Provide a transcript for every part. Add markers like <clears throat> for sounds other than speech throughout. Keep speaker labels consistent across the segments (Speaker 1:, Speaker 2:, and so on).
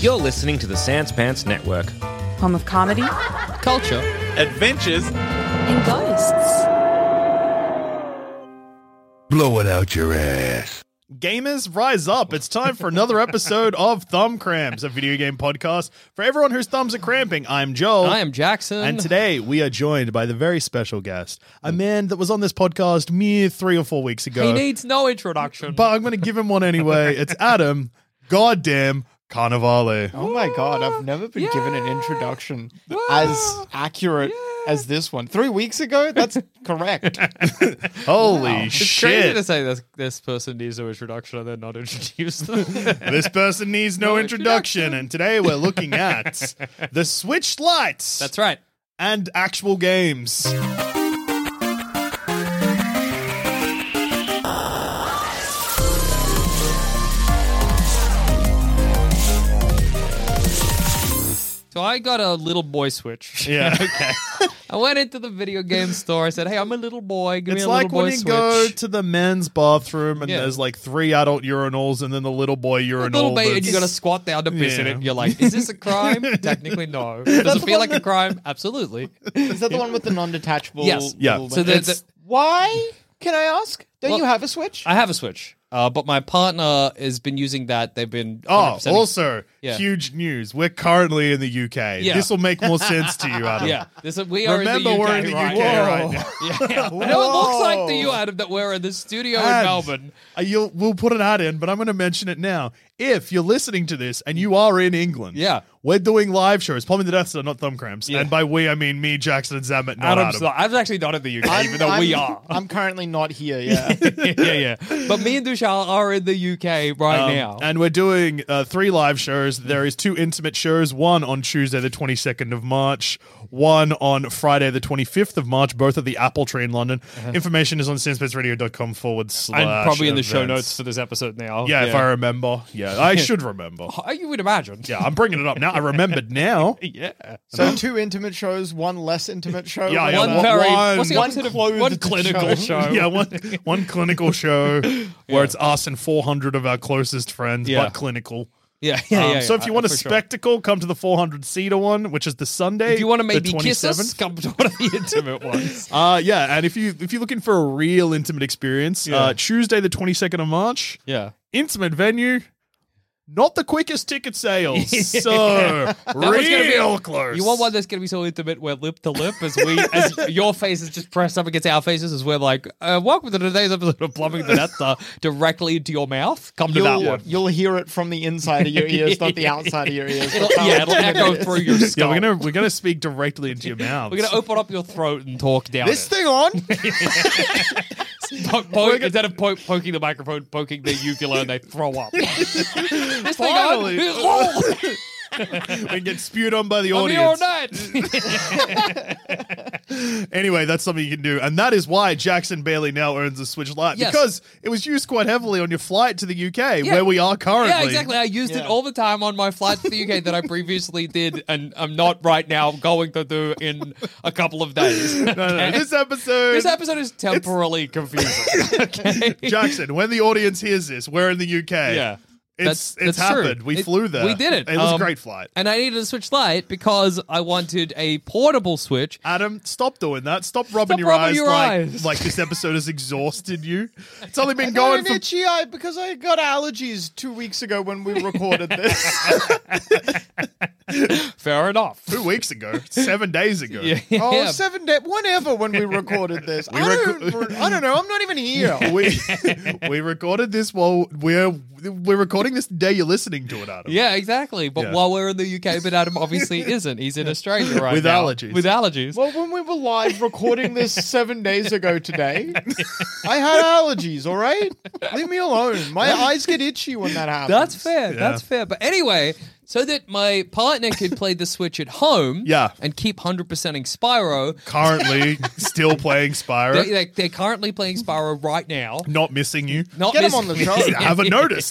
Speaker 1: You're listening to the Sans Pants Network.
Speaker 2: Home of comedy
Speaker 3: culture, adventures.
Speaker 2: and ghosts.
Speaker 4: Blow it out your ass.
Speaker 3: Gamers, rise up. It's time for another episode of Thumb Cramps, a video game podcast for everyone whose thumbs are cramping. I'm Joel.
Speaker 5: I am Jackson.
Speaker 3: Oh. And today we are joined by the very special guest, a man that was on this podcast mere three or four weeks ago.
Speaker 5: he needs no introduction.
Speaker 3: uh, but I'm going to give him one anyway. It's Adam, goddamn Carnivale.
Speaker 6: Oh my god, I've never been given an introduction as accurate as this one. Three weeks
Speaker 5: <laughs>
Speaker 6: ago? That's correct.
Speaker 3: Holy
Speaker 5: it's crazy to
Speaker 3: shit.
Speaker 5: say this, this person needs no introduction and then not introduce them.
Speaker 3: <laughs> This person needs no introduction, and today we're
Speaker 5: <laughs>
Speaker 3: looking at the Switch lights.
Speaker 5: That's right.
Speaker 3: and actual games.
Speaker 5: So I got a little boy switch.
Speaker 3: Yeah. okay.
Speaker 5: I went into the video game store. I said, "Hey, I'm a little boy. Give
Speaker 3: It's
Speaker 5: me a
Speaker 3: like
Speaker 5: little boy
Speaker 3: when you
Speaker 5: switch."
Speaker 3: go to the men's bathroom and
Speaker 5: Yeah.
Speaker 3: there's like three adult urinals and then the little boy urinal.
Speaker 5: a little bit, and you got to
Speaker 3: that's-
Speaker 5: squat down to piss in
Speaker 3: Yeah.
Speaker 5: it. You're like, "Is this a
Speaker 3: <laughs>
Speaker 5: crime? Technically, no. Does it feel like a crime? Absolutely."
Speaker 6: Is that the one with the non-detachable?
Speaker 5: Yes.
Speaker 3: Yeah.
Speaker 6: little-
Speaker 5: So the, the,
Speaker 6: It's- why? Can I ask? Don't
Speaker 5: Well,
Speaker 6: you have a switch?
Speaker 5: I have a switch, uh, but my partner has been using that. They've been
Speaker 3: Oh,
Speaker 5: 100%ing
Speaker 3: also,
Speaker 5: Yeah.
Speaker 3: huge news. We're currently in the UK.
Speaker 5: Yeah.
Speaker 3: This will make more sense
Speaker 5: <laughs>
Speaker 3: to you, Adam.
Speaker 5: Yeah, this is, we are
Speaker 3: Remember,
Speaker 5: in the UK
Speaker 3: we're in the
Speaker 5: right,
Speaker 3: UK
Speaker 5: now.
Speaker 3: right now.
Speaker 5: Yeah. I know it looks like to you,
Speaker 6: Whoa.
Speaker 5: Adam, that <laughs> we're in the studio in
Speaker 3: And,
Speaker 5: Melbourne.
Speaker 3: uh, you'll, we'll put an ad in, but I'm going to mention it now. If you're listening to this and you are in England,
Speaker 5: Yeah.
Speaker 3: we're doing live shows. Plumbing the Death Star, not Thumb Cramps. And by we, I mean me, Jackson, and Zamet, not
Speaker 5: Adam's
Speaker 3: Adam.
Speaker 5: not. Adam's actually not in the UK, even though we are.
Speaker 6: I'm currently
Speaker 5: <laughs>
Speaker 6: not here, yeah.
Speaker 5: yeah, yeah. But me and Dushal are in the UK right
Speaker 3: Um,
Speaker 5: now.
Speaker 3: And we're doing uh, three live shows. There is two intimate shows, one on Tuesday the 22nd of March, one on Friday the 25th of March, both at the Apple Tree in London. Information is on sinspaceradio.com forward slash
Speaker 5: Uh-huh. And probably in the show
Speaker 3: events.
Speaker 5: notes for this episode now.
Speaker 3: Yeah, if I remember.
Speaker 5: <laughs>
Speaker 3: Yeah, I should remember.
Speaker 5: Oh, you would imagine.
Speaker 3: Yeah, I'm bringing it up now. I remembered
Speaker 5: <laughs>
Speaker 3: now.
Speaker 5: yeah.
Speaker 6: so two intimate shows, one less intimate show.
Speaker 3: Yeah, yeah.
Speaker 5: One
Speaker 3: One-
Speaker 5: very.
Speaker 3: one-
Speaker 5: what's the
Speaker 6: one
Speaker 5: opposite of
Speaker 6: clothed
Speaker 5: one clinical show?
Speaker 6: show.
Speaker 3: Yeah, one one
Speaker 5: <laughs>
Speaker 3: clinical show where it's us and 400 of our closest friends,
Speaker 5: Yeah.
Speaker 3: but clinical.
Speaker 5: yeah, yeah,
Speaker 3: Um,
Speaker 5: yeah,
Speaker 3: so if
Speaker 5: yeah, Uh,
Speaker 3: you want a
Speaker 5: for sure.
Speaker 3: spectacle, come to the 400 seater one, which is the Sunday.
Speaker 5: if you want to
Speaker 3: the
Speaker 5: maybe kiss us,
Speaker 3: 27th.
Speaker 5: come to one of the intimate ones.
Speaker 3: Uh, yeah, and if you if you're looking for a real intimate experience, uh,
Speaker 5: Yeah.
Speaker 3: Tuesday the 22nd of March,
Speaker 5: <laughs> Yeah.
Speaker 3: intimate venue, not the quickest ticket
Speaker 5: <laughs>
Speaker 3: sales, so
Speaker 5: one's gonna be-
Speaker 3: real close.
Speaker 5: You want one that's going to be so intimate where lip to lip as we as
Speaker 3: <laughs>
Speaker 5: your face is just pressed up against our faces as we're like, uh, welcome to today's episode of Plumbing the Death Star directly into your mouth. Come to that
Speaker 6: You'll,
Speaker 3: <laughs>
Speaker 5: one.
Speaker 6: you'll hear it from the inside of your
Speaker 5: <laughs>
Speaker 6: ears, not the outside of your ears.
Speaker 5: It'll,
Speaker 6: That's how
Speaker 5: yeah, it'll
Speaker 6: intimate
Speaker 5: echo
Speaker 3: <laughs>
Speaker 6: it is.
Speaker 5: through your
Speaker 3: Yeah,
Speaker 5: skull.
Speaker 3: we're gonna we're gonna speak directly into your mouth.
Speaker 5: We're gonna open up your throat and talk down
Speaker 6: This
Speaker 5: it.
Speaker 6: thing
Speaker 5: <laughs>
Speaker 6: on?
Speaker 5: Po- po- instead of po- poking the microphone, poking their uvula, and they throw
Speaker 3: <laughs>
Speaker 5: up. this thing on.
Speaker 3: Finally.
Speaker 5: <laughs> Oh,
Speaker 3: <laughs> We get spewed on by the
Speaker 5: I'm here all
Speaker 3: audience. <laughs>
Speaker 5: night.
Speaker 3: Anyway, that's something you can do, and that is why Jackson Bailey now owns a Switch Lite
Speaker 5: Yes.
Speaker 3: because it was used quite heavily on your flight to the UK,
Speaker 5: Yeah.
Speaker 3: where we are currently.
Speaker 5: yeah, exactly. I used it
Speaker 6: Yeah.
Speaker 5: all the time on my flight to the UK that I previously did, and I'm not right now going to do in a couple of days.
Speaker 3: <laughs> No, no, no,
Speaker 5: Okay?
Speaker 3: This episode.
Speaker 5: This episode is temporally confusing. Okay.
Speaker 3: Jackson, when the audience hears this, we're in the UK.
Speaker 5: Yeah.
Speaker 3: It's
Speaker 5: That's-
Speaker 3: it's
Speaker 5: that's true.
Speaker 3: happened. We
Speaker 5: It-
Speaker 3: flew there.
Speaker 5: we did it.
Speaker 3: It was
Speaker 5: Um,
Speaker 3: a great flight.
Speaker 5: And I needed a Switch Lite because I wanted a portable Switch.
Speaker 3: Adam, stop doing that. Stop rubbing,
Speaker 5: Stop
Speaker 3: your,
Speaker 5: rubbing
Speaker 3: eyes
Speaker 5: your
Speaker 3: like,
Speaker 5: eyes.
Speaker 3: like this episode has exhausted you. It's
Speaker 5: <laughs>
Speaker 3: only been
Speaker 6: No,
Speaker 3: going
Speaker 6: I'm
Speaker 3: for
Speaker 6: itchy eye <laughs> because I got allergies two weeks ago when we recorded this.
Speaker 5: Fair enough.
Speaker 3: Two weeks ago, seven days ago.
Speaker 6: Oh,
Speaker 5: <laughs> Yeah.
Speaker 6: seven day, whenever when we recorded this. I,
Speaker 3: reco-
Speaker 6: don't, I don't know. I'm not even here. <laughs>
Speaker 3: <laughs>
Speaker 5: <laughs>
Speaker 3: we we recorded this while we're we're recording this the day you're listening to it, Adam.
Speaker 5: Yeah, exactly. But
Speaker 3: Yeah.
Speaker 5: while we're in the UK, but Adam
Speaker 3: <laughs>
Speaker 5: obviously isn't. He's in Australia right
Speaker 3: With
Speaker 5: now.
Speaker 3: allergies.
Speaker 5: With allergies.
Speaker 6: Well, when we were live recording this seven days ago <laughs> today, I had allergies, all right? Leave me alone. My eyes get itchy when that happens.
Speaker 3: <laughs>
Speaker 5: that's fair. That's fair. But anyway, so that my partner could play the Switch at home
Speaker 3: Yeah.
Speaker 5: and keep 100%ing Spyro,
Speaker 3: Currently still
Speaker 5: <laughs>
Speaker 3: playing Spyro.
Speaker 5: they, they, they're currently playing Spyro right now.
Speaker 3: Not missing <laughs> you.
Speaker 5: Not
Speaker 6: Get 'em on the
Speaker 5: missing- <laughs>
Speaker 6: show.
Speaker 3: I haven't noticed.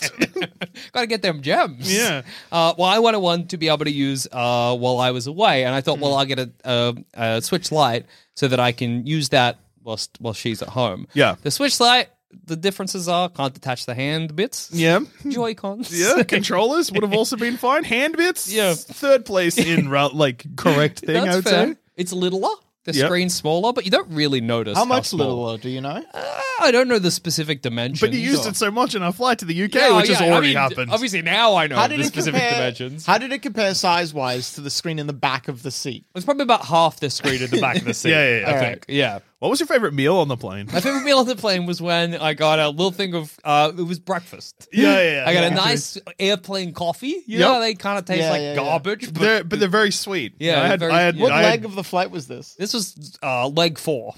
Speaker 5: Got to get them gems.
Speaker 3: Yeah.
Speaker 5: Uh, well, I wanted one to be able to use uh, while I was away, and I thought,
Speaker 3: Hmm.
Speaker 5: well, I'll get a, a, a Switch Lite so that I can use that whilst while she's at home.
Speaker 3: Yeah.
Speaker 5: The Switch Lite, the differences are can't detach the hand bits. <laughs>
Speaker 3: Yeah.
Speaker 5: Joy cons.
Speaker 3: <laughs> Yeah, controllers would have also been fine. Hand bits,
Speaker 5: Yeah.
Speaker 3: third
Speaker 5: <laughs>
Speaker 3: place in ra- like correct thing. I
Speaker 5: That's
Speaker 3: would
Speaker 5: fair.
Speaker 3: say.
Speaker 5: It's littler. The
Speaker 3: Yep.
Speaker 5: screen's smaller, but you don't really notice
Speaker 6: How much
Speaker 5: small.
Speaker 6: littler, do you know?
Speaker 5: Uh, I don't know the specific dimensions.
Speaker 3: But you used
Speaker 5: or-
Speaker 3: it so much in our flight to the UK,
Speaker 5: Yeah, Oh,
Speaker 3: which has
Speaker 5: yeah, I
Speaker 3: already
Speaker 5: mean,
Speaker 3: happened.
Speaker 5: Obviously, now I know
Speaker 6: How
Speaker 5: the
Speaker 6: did, it
Speaker 5: specific
Speaker 6: compare,
Speaker 5: dimensions.
Speaker 6: how did it compare size wise to the screen in the back of the seat?
Speaker 5: It's probably about half the screen
Speaker 6: <laughs>
Speaker 5: at the back of the seat.
Speaker 3: <laughs> Yeah, yeah, yeah.
Speaker 5: I
Speaker 3: All
Speaker 5: think. Yeah.
Speaker 3: What was your favorite meal on
Speaker 5: <laughs>
Speaker 3: the plane?
Speaker 5: My favorite meal on the plane was when I got a little thing of uh, it was breakfast.
Speaker 3: yeah, yeah.
Speaker 5: I got
Speaker 3: yeah.
Speaker 5: a nice airplane coffee. You
Speaker 3: Yep.
Speaker 5: know, how they kind of taste
Speaker 6: Yeah,
Speaker 5: like
Speaker 6: yeah, yeah.
Speaker 5: garbage, but
Speaker 3: They're, but they're very sweet.
Speaker 5: Yeah,
Speaker 3: I had.
Speaker 5: very-
Speaker 3: I had
Speaker 6: What
Speaker 3: I
Speaker 6: leg
Speaker 5: <laughs>
Speaker 3: had <laughs>
Speaker 6: of the flight was <laughs> this?
Speaker 5: this was uh, leg four.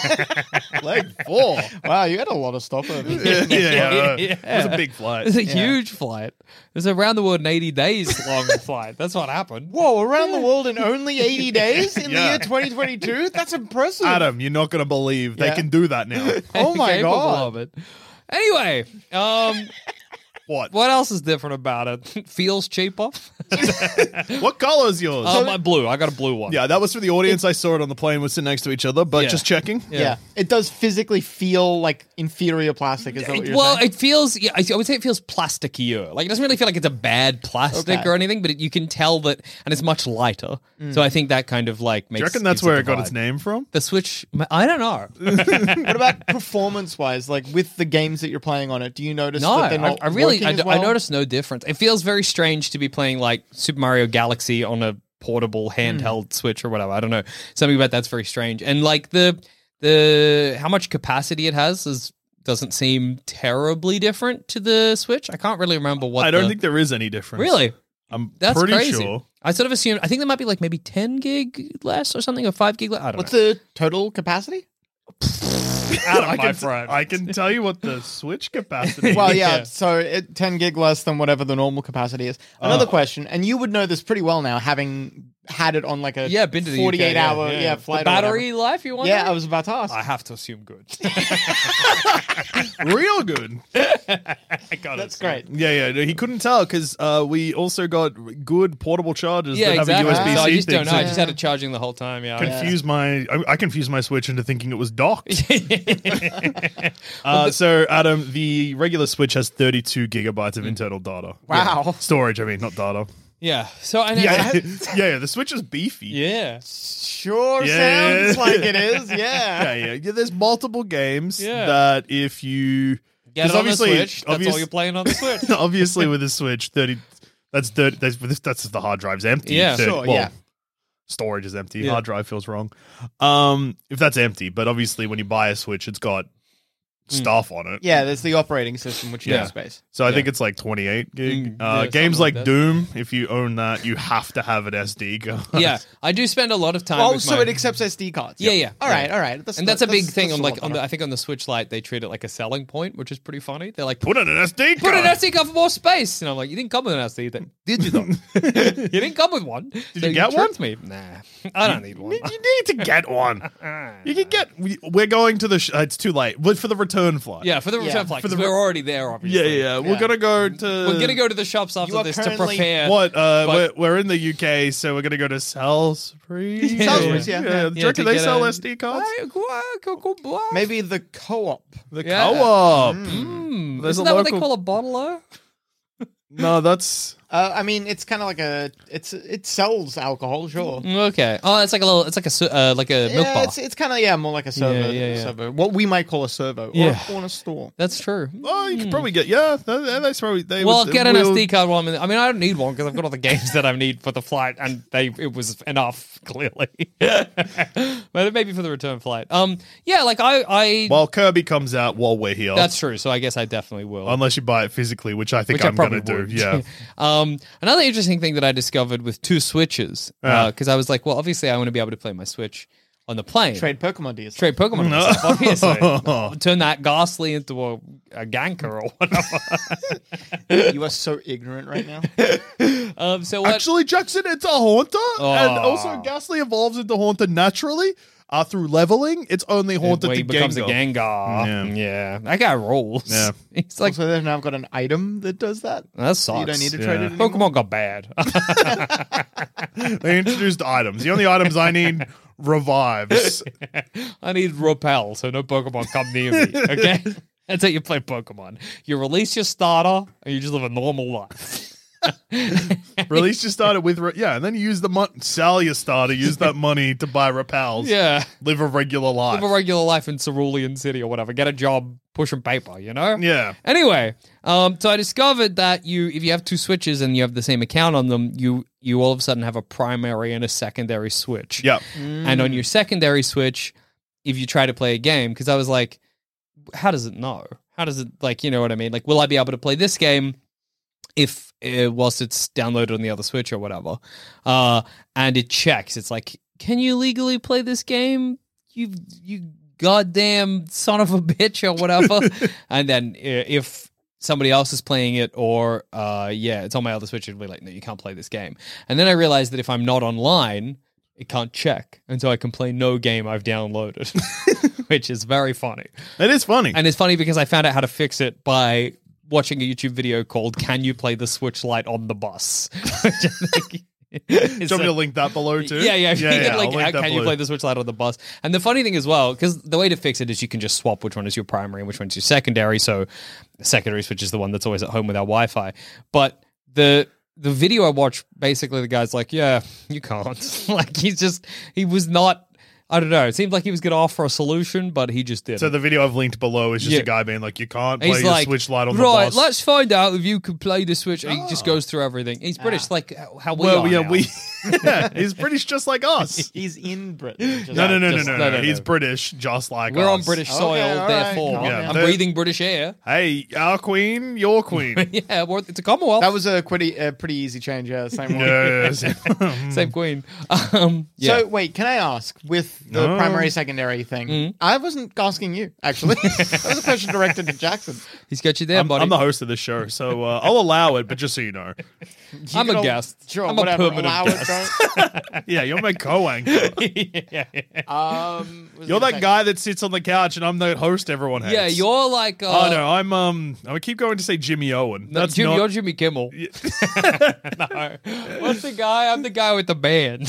Speaker 5: <laughs>
Speaker 3: leg four.
Speaker 6: Wow, you had a lot of stopovers.
Speaker 3: yeah, yeah, yeah. It was
Speaker 5: Yeah.
Speaker 3: a big flight.
Speaker 5: It's a huge flight. It's around the world in eighty days
Speaker 6: <laughs>
Speaker 5: long flight. That's what happened.
Speaker 6: Whoa, around the world in
Speaker 5: <laughs>
Speaker 6: only 80 days in the
Speaker 3: Yeah.
Speaker 6: year 2022? That's impressive.
Speaker 3: Adam, you're not going to believe they
Speaker 6: Yeah.
Speaker 3: can do
Speaker 5: <laughs>
Speaker 3: that now.
Speaker 6: Oh my
Speaker 5: Capable
Speaker 6: god.
Speaker 5: of it. Anyway, um,
Speaker 3: What? What,
Speaker 5: what else is different about it? <laughs> Feels cheaper.
Speaker 3: color is yours?
Speaker 5: Oh, my blue. I got a blue one.
Speaker 3: yeah, that was for the audience. I saw it on the plane. We're sitting next to each other, but
Speaker 5: Yeah.
Speaker 3: just checking.
Speaker 6: Yeah. It does physically feel like inferior plastic, is that what
Speaker 5: It-
Speaker 6: you're
Speaker 5: well,
Speaker 6: saying?
Speaker 5: it feels. Yeah, I I would say it feels plasticier. Like it doesn't really feel like it's a bad plastic
Speaker 6: Okay.
Speaker 5: or anything, but it, you can tell that, and it's much lighter. So I think that kind of like makes.
Speaker 3: Mm. Do you reckon that's
Speaker 5: gives
Speaker 3: where
Speaker 5: the
Speaker 3: it got
Speaker 5: vibe.
Speaker 3: its name from?
Speaker 5: The Switch. I don't
Speaker 3: <laughs>
Speaker 5: know.
Speaker 6: what about performance wise, like with the games that you're playing on it? Do you notice
Speaker 5: No,
Speaker 6: that they're
Speaker 5: I,
Speaker 6: not
Speaker 5: I really.
Speaker 6: working
Speaker 5: I,
Speaker 6: as
Speaker 5: d- I
Speaker 6: well?
Speaker 5: noticed no difference. It feels very strange to be playing like Super Mario Galaxy on a portable
Speaker 3: Hmm.
Speaker 5: handheld Switch or whatever. I don't know. Something about that's very strange. And like the the how much capacity it has is. Doesn't seem terribly different to the Switch. I can't really remember what.
Speaker 3: I don't
Speaker 5: the-
Speaker 3: think there is any difference.
Speaker 5: really.
Speaker 3: I'm
Speaker 5: That's
Speaker 3: pretty
Speaker 5: crazy. <laughs>
Speaker 3: sure.
Speaker 5: I sort of assumed. I think there might be like maybe ten gig less or something, or five gig less. I don't
Speaker 6: What's
Speaker 5: know.
Speaker 6: the
Speaker 5: <laughs>
Speaker 6: total capacity?
Speaker 3: Adam,
Speaker 5: my
Speaker 3: I can,
Speaker 5: friend.
Speaker 3: I can tell you what the switch
Speaker 5: <laughs>
Speaker 3: capacity.
Speaker 6: Well,
Speaker 3: is.
Speaker 6: yeah, so it, 10 gig less than whatever the normal capacity is.
Speaker 5: Oh.
Speaker 6: Another question, and you would know this pretty well now, having had it on like a
Speaker 5: Yeah, been to the UK,
Speaker 6: 48
Speaker 5: yeah,
Speaker 6: hour
Speaker 5: yeah.
Speaker 6: yeah,
Speaker 5: The
Speaker 6: flight. or
Speaker 5: battery Ah. life? You
Speaker 6: whatever.
Speaker 5: want?
Speaker 6: Yeah, I was about to ask.
Speaker 5: I have to assume good.
Speaker 3: real good.
Speaker 6: That's great.
Speaker 3: Yeah, yeah. He couldn't tell because uh, we also got good portable
Speaker 5: <laughs>
Speaker 3: chargers
Speaker 5: yeah,
Speaker 3: that
Speaker 5: exactly.
Speaker 3: have a USB C
Speaker 5: so I just
Speaker 3: thing.
Speaker 5: don't know.
Speaker 3: so
Speaker 5: I just had it charging the whole time. Yeah.
Speaker 3: confuse my I, I confused my switch into thinking it
Speaker 5: <laughs>
Speaker 3: was docked. uh, so Adam, the regular switch has 32 gigabytes
Speaker 5: Mm.
Speaker 3: of internal data.
Speaker 6: Wow.
Speaker 3: Yeah. storage. I mean, not data.
Speaker 5: Yeah. So I know.
Speaker 3: Yeah, <laughs> yeah, yeah. The switch is beefy.
Speaker 5: yeah.
Speaker 6: Sure
Speaker 3: Yeah. <laughs>
Speaker 6: sounds like it is, yeah.
Speaker 3: yeah, yeah. yeah there's multiple games
Speaker 5: Yeah.
Speaker 3: that if you
Speaker 5: Get
Speaker 3: 'cause
Speaker 5: it on the Switch. That's all
Speaker 3: obvious- <laughs>
Speaker 5: you're playing on the Switch. <laughs>
Speaker 3: obviously with a Switch, thirty. That's thirty. That's, that's the hard drive's empty.
Speaker 5: Yeah.
Speaker 3: Thirty-
Speaker 6: Sure,
Speaker 3: well,
Speaker 6: yeah.
Speaker 3: Storage is empty.
Speaker 5: Yeah.
Speaker 3: Hard drive feels wrong. Um, if that's empty, but obviously when you buy a Switch, it's got
Speaker 5: Hmm.
Speaker 3: stuff on it.
Speaker 6: Yeah, there's the operating system, which you
Speaker 5: Yeah.
Speaker 6: have space.
Speaker 3: So I think it's like 28 gig.
Speaker 5: Mm,
Speaker 3: uh,
Speaker 5: yeah,
Speaker 3: games
Speaker 5: something like
Speaker 3: like,
Speaker 5: that.
Speaker 3: Doom, if you own that, you have to have an <laughs> SD card.
Speaker 5: yeah. I do spend a lot of time.
Speaker 6: Oh,
Speaker 5: with
Speaker 6: so
Speaker 5: my-
Speaker 6: it accepts SD cards.
Speaker 5: Yeah, yeah.
Speaker 6: All right, all right.
Speaker 5: and that's a big thing
Speaker 6: that's
Speaker 5: on
Speaker 6: a
Speaker 5: like
Speaker 6: lot
Speaker 5: on the,
Speaker 6: better.
Speaker 5: I think on the Switch Lite they treat it like a selling point, which is pretty funny. They're like,
Speaker 3: Put in an SD
Speaker 5: put
Speaker 3: card.
Speaker 5: an SD card for more space. And I'm like, you didn't come with an SD.
Speaker 3: <laughs>
Speaker 5: Then. Did you though? you didn't come with one. Did
Speaker 3: you get one?
Speaker 5: Me? Nah, I don't need one.
Speaker 3: You need to get one. You can get. we- We're going to the. Sh- uh, it's too late. But for the return flight.
Speaker 5: Yeah, for the return
Speaker 6: Yeah,
Speaker 5: flight.
Speaker 3: for the
Speaker 5: 'cause we're already there, obviously.
Speaker 3: Yeah, yeah. We're
Speaker 6: Yeah.
Speaker 3: gonna go to.
Speaker 5: We're gonna go to the shops
Speaker 6: You
Speaker 5: after
Speaker 6: are
Speaker 5: this to
Speaker 6: currently-
Speaker 5: prepare.
Speaker 3: What? Uh,
Speaker 5: But-
Speaker 3: we're, we're in the UK, so we're gonna go
Speaker 5: <laughs>
Speaker 3: to Salisbury.
Speaker 6: Salisbury's, yeah. Yeah,
Speaker 3: Do
Speaker 5: to
Speaker 3: you reckon they
Speaker 5: get
Speaker 3: sell
Speaker 5: a-
Speaker 3: SD cards?
Speaker 5: Why- why- go- go- why?
Speaker 6: Maybe the co-op.
Speaker 3: The
Speaker 5: Yeah.
Speaker 3: co-op.
Speaker 5: Hmm,
Speaker 3: There's
Speaker 5: Isn't
Speaker 3: a
Speaker 5: that what they
Speaker 3: local-
Speaker 5: call a bottle?
Speaker 3: No, that's
Speaker 6: Uh, I mean, it's kind of like a it's it sells alcohol, sure.
Speaker 5: Okay. Oh, it's like a little. It's like a ser- uh, like a milk
Speaker 6: yeah,
Speaker 5: bar.
Speaker 6: it's it's kind of yeah, more like a servo,
Speaker 5: Yeah,
Speaker 6: than
Speaker 5: yeah,
Speaker 6: a
Speaker 5: yeah.
Speaker 6: servo. What we might call a servo or
Speaker 5: Yeah.
Speaker 6: a corner store.
Speaker 5: That's true.
Speaker 3: Oh, you could probably get yeah. That, that- that's probably they.
Speaker 5: Hmm. well,
Speaker 3: would-
Speaker 5: get an
Speaker 3: we'll-
Speaker 5: SD card while I'm in. I mean, I don't need one because I've got all the games that I need for the flight, and they it was enough <laughs> clearly. but maybe for the return flight. Um, yeah, like I, I.
Speaker 3: While Kirby comes out while we're here,
Speaker 5: that's true. So I guess I definitely will.
Speaker 3: unless you buy it physically, which I think
Speaker 5: Which I
Speaker 3: I'm gonna
Speaker 5: probably would.
Speaker 3: do. Yeah,
Speaker 5: <laughs> um, another interesting thing that I discovered with two switches,
Speaker 3: Yeah.
Speaker 5: because I was like, well, obviously I want to be able to play my Switch on the plane.
Speaker 6: Trade Pokemon DS.
Speaker 5: Trade Pokemon, myself,
Speaker 3: <laughs>
Speaker 5: obviously. Turn that ghastly into a, a ganker or whatever.
Speaker 6: <laughs> you are so ignorant right now.
Speaker 5: Um, so what?
Speaker 3: actually, Jackson, it's a Haunter, and
Speaker 5: Aw.
Speaker 3: also Ghastly evolves into Haunter naturally uh, through leveling. It's only Haunter
Speaker 5: where
Speaker 3: to
Speaker 5: he becomes a
Speaker 3: Gengar.
Speaker 5: Gengar. <laughs> Yeah. that guy rolls.
Speaker 3: Yeah.
Speaker 5: <laughs> he's <laughs> like
Speaker 6: so they've now got an item that does that.
Speaker 5: that
Speaker 6: So
Speaker 5: sucks.
Speaker 6: you don't need to trade
Speaker 3: Yeah.
Speaker 6: it. Anymore.
Speaker 5: Pokemon got bad. <laughs>
Speaker 3: They introduced items. The only items
Speaker 5: <laughs>
Speaker 3: I need revives.
Speaker 5: I need repel, so no Pokemon come near me.
Speaker 6: <laughs>
Speaker 5: Okay, that's how you play Pokemon. You release your starter, and you just live a normal
Speaker 6: <laughs>
Speaker 5: life.
Speaker 3: Release just started with re- yeah, and then you use the money. Sell your starter. Use that money to buy repels.
Speaker 5: yeah,
Speaker 3: live a regular life.
Speaker 5: live a regular life in Cerulean City or whatever. Get a job pushing paper. You know.
Speaker 3: yeah.
Speaker 5: Anyway, um, so I discovered that you, if you have two switches and you have the same account on them, you you all of a sudden have a primary and a secondary switch.
Speaker 3: Yep.
Speaker 6: Mm.
Speaker 5: And on your secondary switch, if you try to play a game, because I was like, how does it know? How does it like? You know what I mean? Like, will I be able to play this game if uh, whilst it's downloaded on the other switch or whatever? Uh, and it checks. It's like, can you legally play this game? You you goddamn son of a <laughs> bitch or whatever. and then uh, if somebody else is playing it or uh, yeah, it's on my other switch, it'll be like, no, you can't play this game. And then I realized that if I'm not online, it can't check, and so I can play no game I've downloaded, <laughs> which is very funny.
Speaker 3: It is funny.
Speaker 5: And it's funny because I found out how to fix it by watching a YouTube video called "Can You Play the Switch Light on the Bus?" <laughs> Which I think is
Speaker 3: <laughs> Do you want me to
Speaker 5: a-
Speaker 3: link that below too?
Speaker 5: Yeah, <laughs> yeah. if you could,
Speaker 3: I'll
Speaker 5: like,
Speaker 3: link
Speaker 5: how
Speaker 3: that
Speaker 5: can you
Speaker 3: below.
Speaker 5: play the Switch Lite on the bus? And the funny thing as well, because the way to fix it is you can just swap which one is your primary and which one's your secondary. So the secondary switch is the one that's always at home with our Wi-Fi. But the the video I watched, basically the guy's like, yeah, you can't. <laughs> like he's just he was not. I don't know. It seemed like he was going to offer a solution, but he just didn't.
Speaker 3: So the video I've linked below is just
Speaker 5: Yeah.
Speaker 3: a guy being like, "You can't play your Switch light on
Speaker 5: right,
Speaker 3: the bus." Oh.
Speaker 5: let's find out if you could play the Switch. He just goes through everything. He's British,
Speaker 6: Ah.
Speaker 5: like uh, how we
Speaker 3: well,
Speaker 5: are.
Speaker 3: yeah,
Speaker 5: now.
Speaker 3: we. <laughs> yeah,
Speaker 5: <laughs>
Speaker 3: he's British just like us.
Speaker 6: He's in Britain.
Speaker 3: No, no, no, no,
Speaker 5: just-
Speaker 3: no,
Speaker 5: no,
Speaker 3: no,
Speaker 5: no,
Speaker 3: He's
Speaker 5: no.
Speaker 3: British just like
Speaker 5: We're
Speaker 3: us.
Speaker 5: on British
Speaker 6: Okay,
Speaker 5: soil,
Speaker 6: all right,
Speaker 5: therefore
Speaker 6: calm
Speaker 3: Yeah.
Speaker 5: I'm
Speaker 3: down. The-
Speaker 5: breathing British air.
Speaker 3: Hey, our queen, your queen.
Speaker 5: <laughs> Yeah, well, it's a Commonwealth.
Speaker 6: That was a pretty a pretty easy change. Yeah, same
Speaker 5: <laughs>
Speaker 6: one.
Speaker 3: yes. <laughs>
Speaker 5: same
Speaker 3: Hmm.
Speaker 5: queen. <laughs> Um, yeah.
Speaker 6: So wait, can I ask with the
Speaker 3: No.
Speaker 6: primary secondary thing?
Speaker 5: Mm.
Speaker 6: I wasn't asking you
Speaker 5: <laughs>
Speaker 6: actually. that was a question directed to Jackson.
Speaker 5: he's got you there,
Speaker 3: I'm,
Speaker 5: buddy.
Speaker 3: I'm the host of this show, so uh, I'll allow it. But just so you know,
Speaker 6: You
Speaker 5: I'm a
Speaker 6: can al-
Speaker 5: guest.
Speaker 6: Sure,
Speaker 5: I'm a
Speaker 6: whatever.
Speaker 5: permanent
Speaker 6: allow it,
Speaker 5: <laughs>
Speaker 3: yeah, you're my co-anchor.
Speaker 6: don't- um, was
Speaker 3: You're
Speaker 6: it
Speaker 3: that
Speaker 6: a-
Speaker 3: guy that sits on the couch, and I'm the host everyone hates.
Speaker 5: yeah, you're like uh,
Speaker 3: oh no, I'm um. I keep going to say Jimmy Owen.
Speaker 5: no,
Speaker 3: That's
Speaker 5: Jimmy,
Speaker 3: not.
Speaker 5: you're Jimmy Kimmel. <laughs> no, what's the guy? I'm the guy with the
Speaker 3: <laughs>
Speaker 5: band.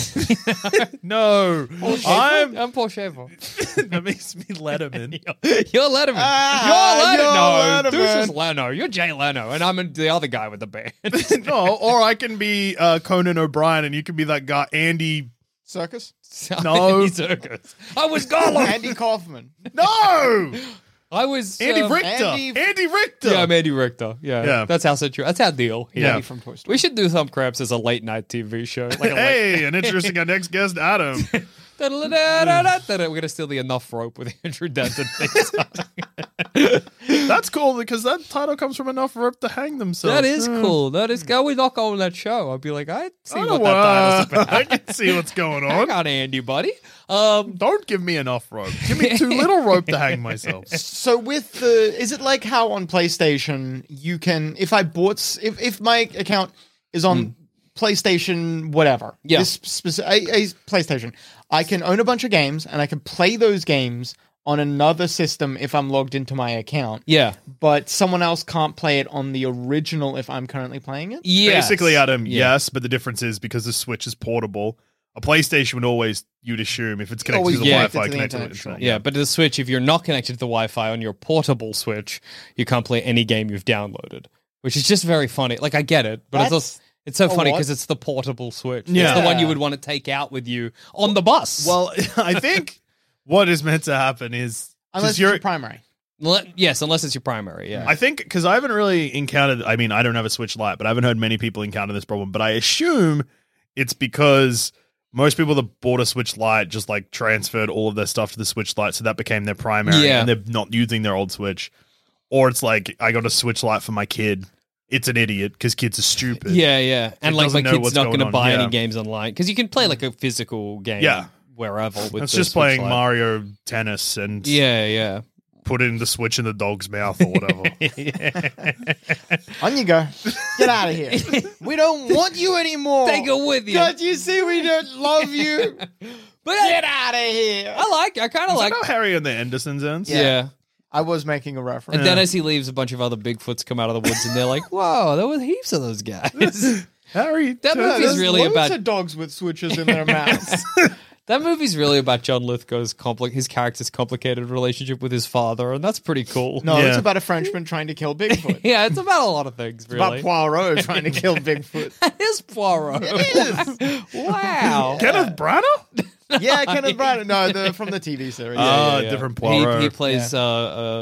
Speaker 3: <laughs> no,
Speaker 5: Oh,
Speaker 3: I'm. <laughs>
Speaker 5: I'm Paul Shaver.
Speaker 3: that makes me Letterman.
Speaker 5: <laughs> You're Letterman.
Speaker 6: Ah,
Speaker 5: you're Letterman.
Speaker 6: you're
Speaker 5: This is
Speaker 6: Letterman.
Speaker 5: Leno. You're Jay Leno, and I'm the other guy with the band. <laughs>
Speaker 3: no, Oh, or I can be uh, Conan O'Brien, and you can be that guy Andy.
Speaker 6: circus?
Speaker 3: No.
Speaker 5: Andy Serkis. I was Gollum.
Speaker 6: Andy
Speaker 5: <laughs>
Speaker 6: Kaufman.
Speaker 3: No,
Speaker 5: I was
Speaker 3: Andy
Speaker 5: uh,
Speaker 3: Richter.
Speaker 6: Andy-
Speaker 3: Andy, Richter.
Speaker 5: Yeah, I'm Andy Richter. Yeah,
Speaker 3: Yeah.
Speaker 5: that's our situ- That's our deal. here.
Speaker 3: Yeah.
Speaker 6: from Toy Story.
Speaker 5: We should do Thumb Craps as a late night TV show. Like
Speaker 3: <laughs>
Speaker 5: a late-
Speaker 3: Hey, and introducing our next guest, Adam.
Speaker 5: <laughs> Da-da-da-da-da-da-da. We're gonna steal the enough rope with <laughs> Andrew Denton. <laughs>
Speaker 3: That's cool because that title comes from enough rope to hang themselves.
Speaker 5: that is
Speaker 3: Yeah.
Speaker 5: cool. That is. I would not go on that show. I'd be like, I see
Speaker 3: Hmm. I,
Speaker 5: what
Speaker 3: don't
Speaker 5: that title's
Speaker 3: know
Speaker 5: about.
Speaker 3: why- I can see what's
Speaker 5: <laughs>
Speaker 3: going
Speaker 5: Hang
Speaker 3: on.
Speaker 5: on, Andy, buddy. Um,
Speaker 3: Don't give me enough rope. Give
Speaker 5: <laughs>
Speaker 3: me too little rope to hang myself.
Speaker 6: So with the is it like how on PlayStation you can if I bought s- if if my account is on PlayStation whatever
Speaker 5: Mm. Yeah.
Speaker 6: this specific a, a PlayStation I can own a bunch of games and I can play those games on another system if I'm logged into my account
Speaker 5: yeah,
Speaker 6: but someone else can't play it on the original if I'm currently playing it
Speaker 5: yeah.
Speaker 3: Basically, Adam,
Speaker 5: Yeah.
Speaker 3: yes, but the difference is because the Switch is portable. A PlayStation would always, you'd assume, if it's connected
Speaker 6: Always
Speaker 3: to the
Speaker 5: connected
Speaker 3: Wi-Fi,
Speaker 6: to the
Speaker 3: connected to the
Speaker 6: internet, sure.
Speaker 3: internet.
Speaker 5: Yeah, but the Switch, if you're not connected to the Wi-Fi on your portable Switch, you can't play any game you've downloaded, which is just very funny. Like I get it, but
Speaker 6: That's
Speaker 5: it's also It's so
Speaker 6: A
Speaker 5: funny
Speaker 6: what?
Speaker 5: because it's the portable Switch.
Speaker 3: Yeah.
Speaker 5: It's the one you would want to take out with you on the bus.
Speaker 3: Well, I think what is meant to happen is
Speaker 6: Unless
Speaker 3: just
Speaker 6: it's
Speaker 3: your-
Speaker 6: your primary.
Speaker 5: Le- yes, unless it's your primary. Yeah.
Speaker 3: I think because I haven't really encountered. I mean, I don't have a Switch Lite, but I haven't heard many people encounter this problem. But I assume it's because most people that bought a Switch Lite just like transferred all of their stuff to the Switch Lite, so that became their primary,
Speaker 5: Yeah.
Speaker 3: and they're not using their old Switch. Or it's like I got a Switch Lite for my kid. It's an idiot because kids are stupid.
Speaker 5: yeah, yeah. And like my
Speaker 3: doesn't know
Speaker 5: kid's
Speaker 3: what's
Speaker 5: not
Speaker 3: going
Speaker 5: going to
Speaker 3: on,
Speaker 5: buy
Speaker 3: yeah.
Speaker 5: any games online because you can play like a physical game.
Speaker 3: Yeah.
Speaker 5: Wherever. With
Speaker 3: it's
Speaker 5: the
Speaker 3: just
Speaker 5: Switch
Speaker 3: playing
Speaker 5: Lite.
Speaker 3: Mario Tennis and
Speaker 5: Yeah, yeah.
Speaker 3: putting the Switch in the dog's mouth
Speaker 5: <laughs>
Speaker 3: or whatever.
Speaker 6: On you go. Get out of here. we don't want you anymore.
Speaker 5: Take it with you.
Speaker 6: God, you see, we don't love you.
Speaker 5: But
Speaker 6: Get
Speaker 5: I,
Speaker 6: out of here.
Speaker 5: I like. I kind of
Speaker 3: I
Speaker 5: like.
Speaker 3: know Harry and the Andersons ends.
Speaker 5: Yeah.
Speaker 6: I was making a reference.
Speaker 5: And then as he leaves, a bunch of other Bigfoots come out of the woods, and they're
Speaker 3: <laughs>
Speaker 5: like, "Whoa, there were heaps of those guys."
Speaker 3: Harry.
Speaker 5: That
Speaker 3: Turner-
Speaker 5: movie's
Speaker 6: There's
Speaker 5: really
Speaker 6: loads
Speaker 5: about-
Speaker 6: of dogs with switches in their mouths. <laughs>
Speaker 5: that movie's really about John Lithgow's compli- his character's complicated relationship with his father, and that's pretty cool.
Speaker 6: No,
Speaker 3: Yeah.
Speaker 6: it's about a Frenchman trying to kill Bigfoot. It's
Speaker 5: <laughs> Yeah, it's about a lot of things,
Speaker 6: About
Speaker 5: really.
Speaker 6: Poirot trying to kill Bigfoot.
Speaker 5: <laughs> It is Poirot.
Speaker 3: <laughs>
Speaker 5: wow.
Speaker 3: Kenneth Branagh.
Speaker 6: yeah, Kenneth Branagh. No, the, from the TV series.
Speaker 5: Uh,
Speaker 3: Ah, different Poirot.
Speaker 5: He, he plays. Uh,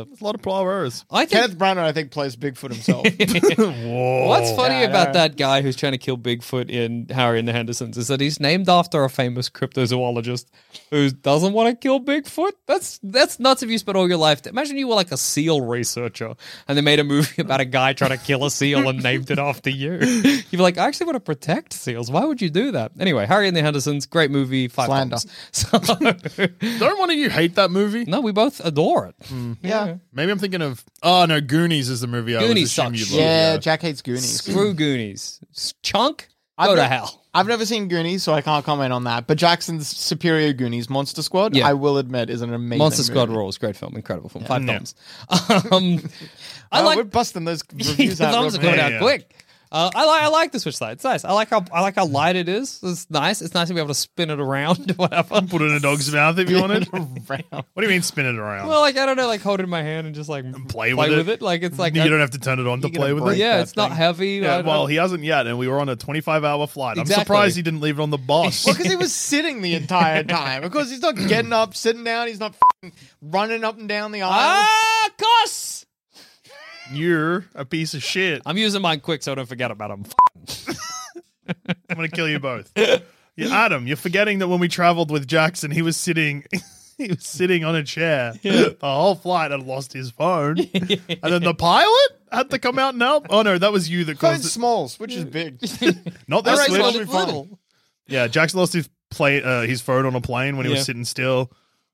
Speaker 5: uh,
Speaker 3: a lot of Poirot's.
Speaker 5: I think
Speaker 6: Kenneth Branagh, I think, plays Bigfoot himself.
Speaker 3: Whoa.
Speaker 5: what's funny
Speaker 6: Yeah, I
Speaker 5: about
Speaker 6: know.
Speaker 5: that guy who's trying to kill Bigfoot in Harry and the Hendersons is that he's named after a famous cryptozoologist who doesn't want to kill Bigfoot. That's that's nuts. If you spent all your life, imagine you were like a seal researcher and they made a movie <laughs> about a guy trying to kill a seal and named it after you. You'd be like, I actually want to protect seals. Why would you do that? Anyway, Harry and the Hendersons, great movie, five
Speaker 6: Slander.
Speaker 5: times. <laughs> So,
Speaker 3: Don't one of you hate that movie?
Speaker 5: no, we both adore it.
Speaker 3: Hmm.
Speaker 6: yeah.
Speaker 3: Maybe I'm thinking of. Oh no, Goonies is the movie. I
Speaker 5: Goonies
Speaker 3: was assume
Speaker 5: sucks.
Speaker 3: you'd love.
Speaker 6: Yeah, Jack hates Goonies. Mm.
Speaker 5: Screw Goonies. S- Chunk, go
Speaker 6: I've
Speaker 5: to
Speaker 6: ne-
Speaker 5: hell.
Speaker 6: I've never seen Goonies, so I can't comment on that. But Jackson's superior Goonies, Monster Squad,
Speaker 5: Yeah.
Speaker 6: I will admit, is an amazing
Speaker 5: Monster Squad
Speaker 6: movie.
Speaker 5: rules. Great film. Incredible film. Five
Speaker 3: Yeah. <laughs> Uh,
Speaker 5: thumbs. Um, I
Speaker 6: Oh,
Speaker 5: like <laughs>
Speaker 6: we're busting those
Speaker 5: the
Speaker 6: reviews out.
Speaker 5: thumbs are
Speaker 6: real
Speaker 5: coming
Speaker 6: quick. <laughs>
Speaker 5: out
Speaker 3: Yeah.
Speaker 5: quick. Uh, I like I like the Switch Lite. It's nice. I like how I like how light it is. It's nice. It's nice to be able to spin it around. <laughs> Whatever.
Speaker 3: Put it in a dog's mouth if you wanted. what
Speaker 6: Round.
Speaker 3: do you mean spin it around?
Speaker 5: Well, like I don't know, like hold it in my hand and just like
Speaker 3: play with
Speaker 5: with,
Speaker 3: it.
Speaker 5: it. Like it's like
Speaker 3: you
Speaker 5: I-
Speaker 3: don't have to turn it on to
Speaker 6: You're gonna
Speaker 3: play with it.
Speaker 6: break
Speaker 5: yeah,
Speaker 6: that
Speaker 5: it's not
Speaker 6: thing.
Speaker 5: heavy.
Speaker 3: Yeah,
Speaker 5: I-
Speaker 3: well,
Speaker 5: I-
Speaker 3: he hasn't yet, and we were on a 25 hour flight. I'm
Speaker 5: Exactly.
Speaker 3: surprised he didn't leave it on
Speaker 5: <laughs>
Speaker 3: the bus.
Speaker 6: Well, because he was sitting the entire time. Of course, he's not getting up, sitting down. He's not fing running up and down the aisle.
Speaker 5: ah, cuss.
Speaker 3: You're a piece of shit. I'm,
Speaker 5: I'm using mine quick so I don't forget about them.
Speaker 3: going to kill you both. Yeah, Adam, you're forgetting that when we traveled with Jackson, he was sitting. <laughs> He was sitting on a chair the whole flight and lost
Speaker 6: <laughs>
Speaker 3: his phone. And then the pilot had to come out and help. Oh, no, that was you that
Speaker 6: Going
Speaker 3: caused it.
Speaker 6: smalls, which
Speaker 5: <laughs>
Speaker 6: is big.
Speaker 3: Not
Speaker 6: I
Speaker 3: this
Speaker 6: reckon
Speaker 3: Switch.
Speaker 6: it'll be fine.
Speaker 3: Yeah, Jackson lost his plane, uh, his phone on a plane when he
Speaker 5: Yeah.
Speaker 3: was sitting still.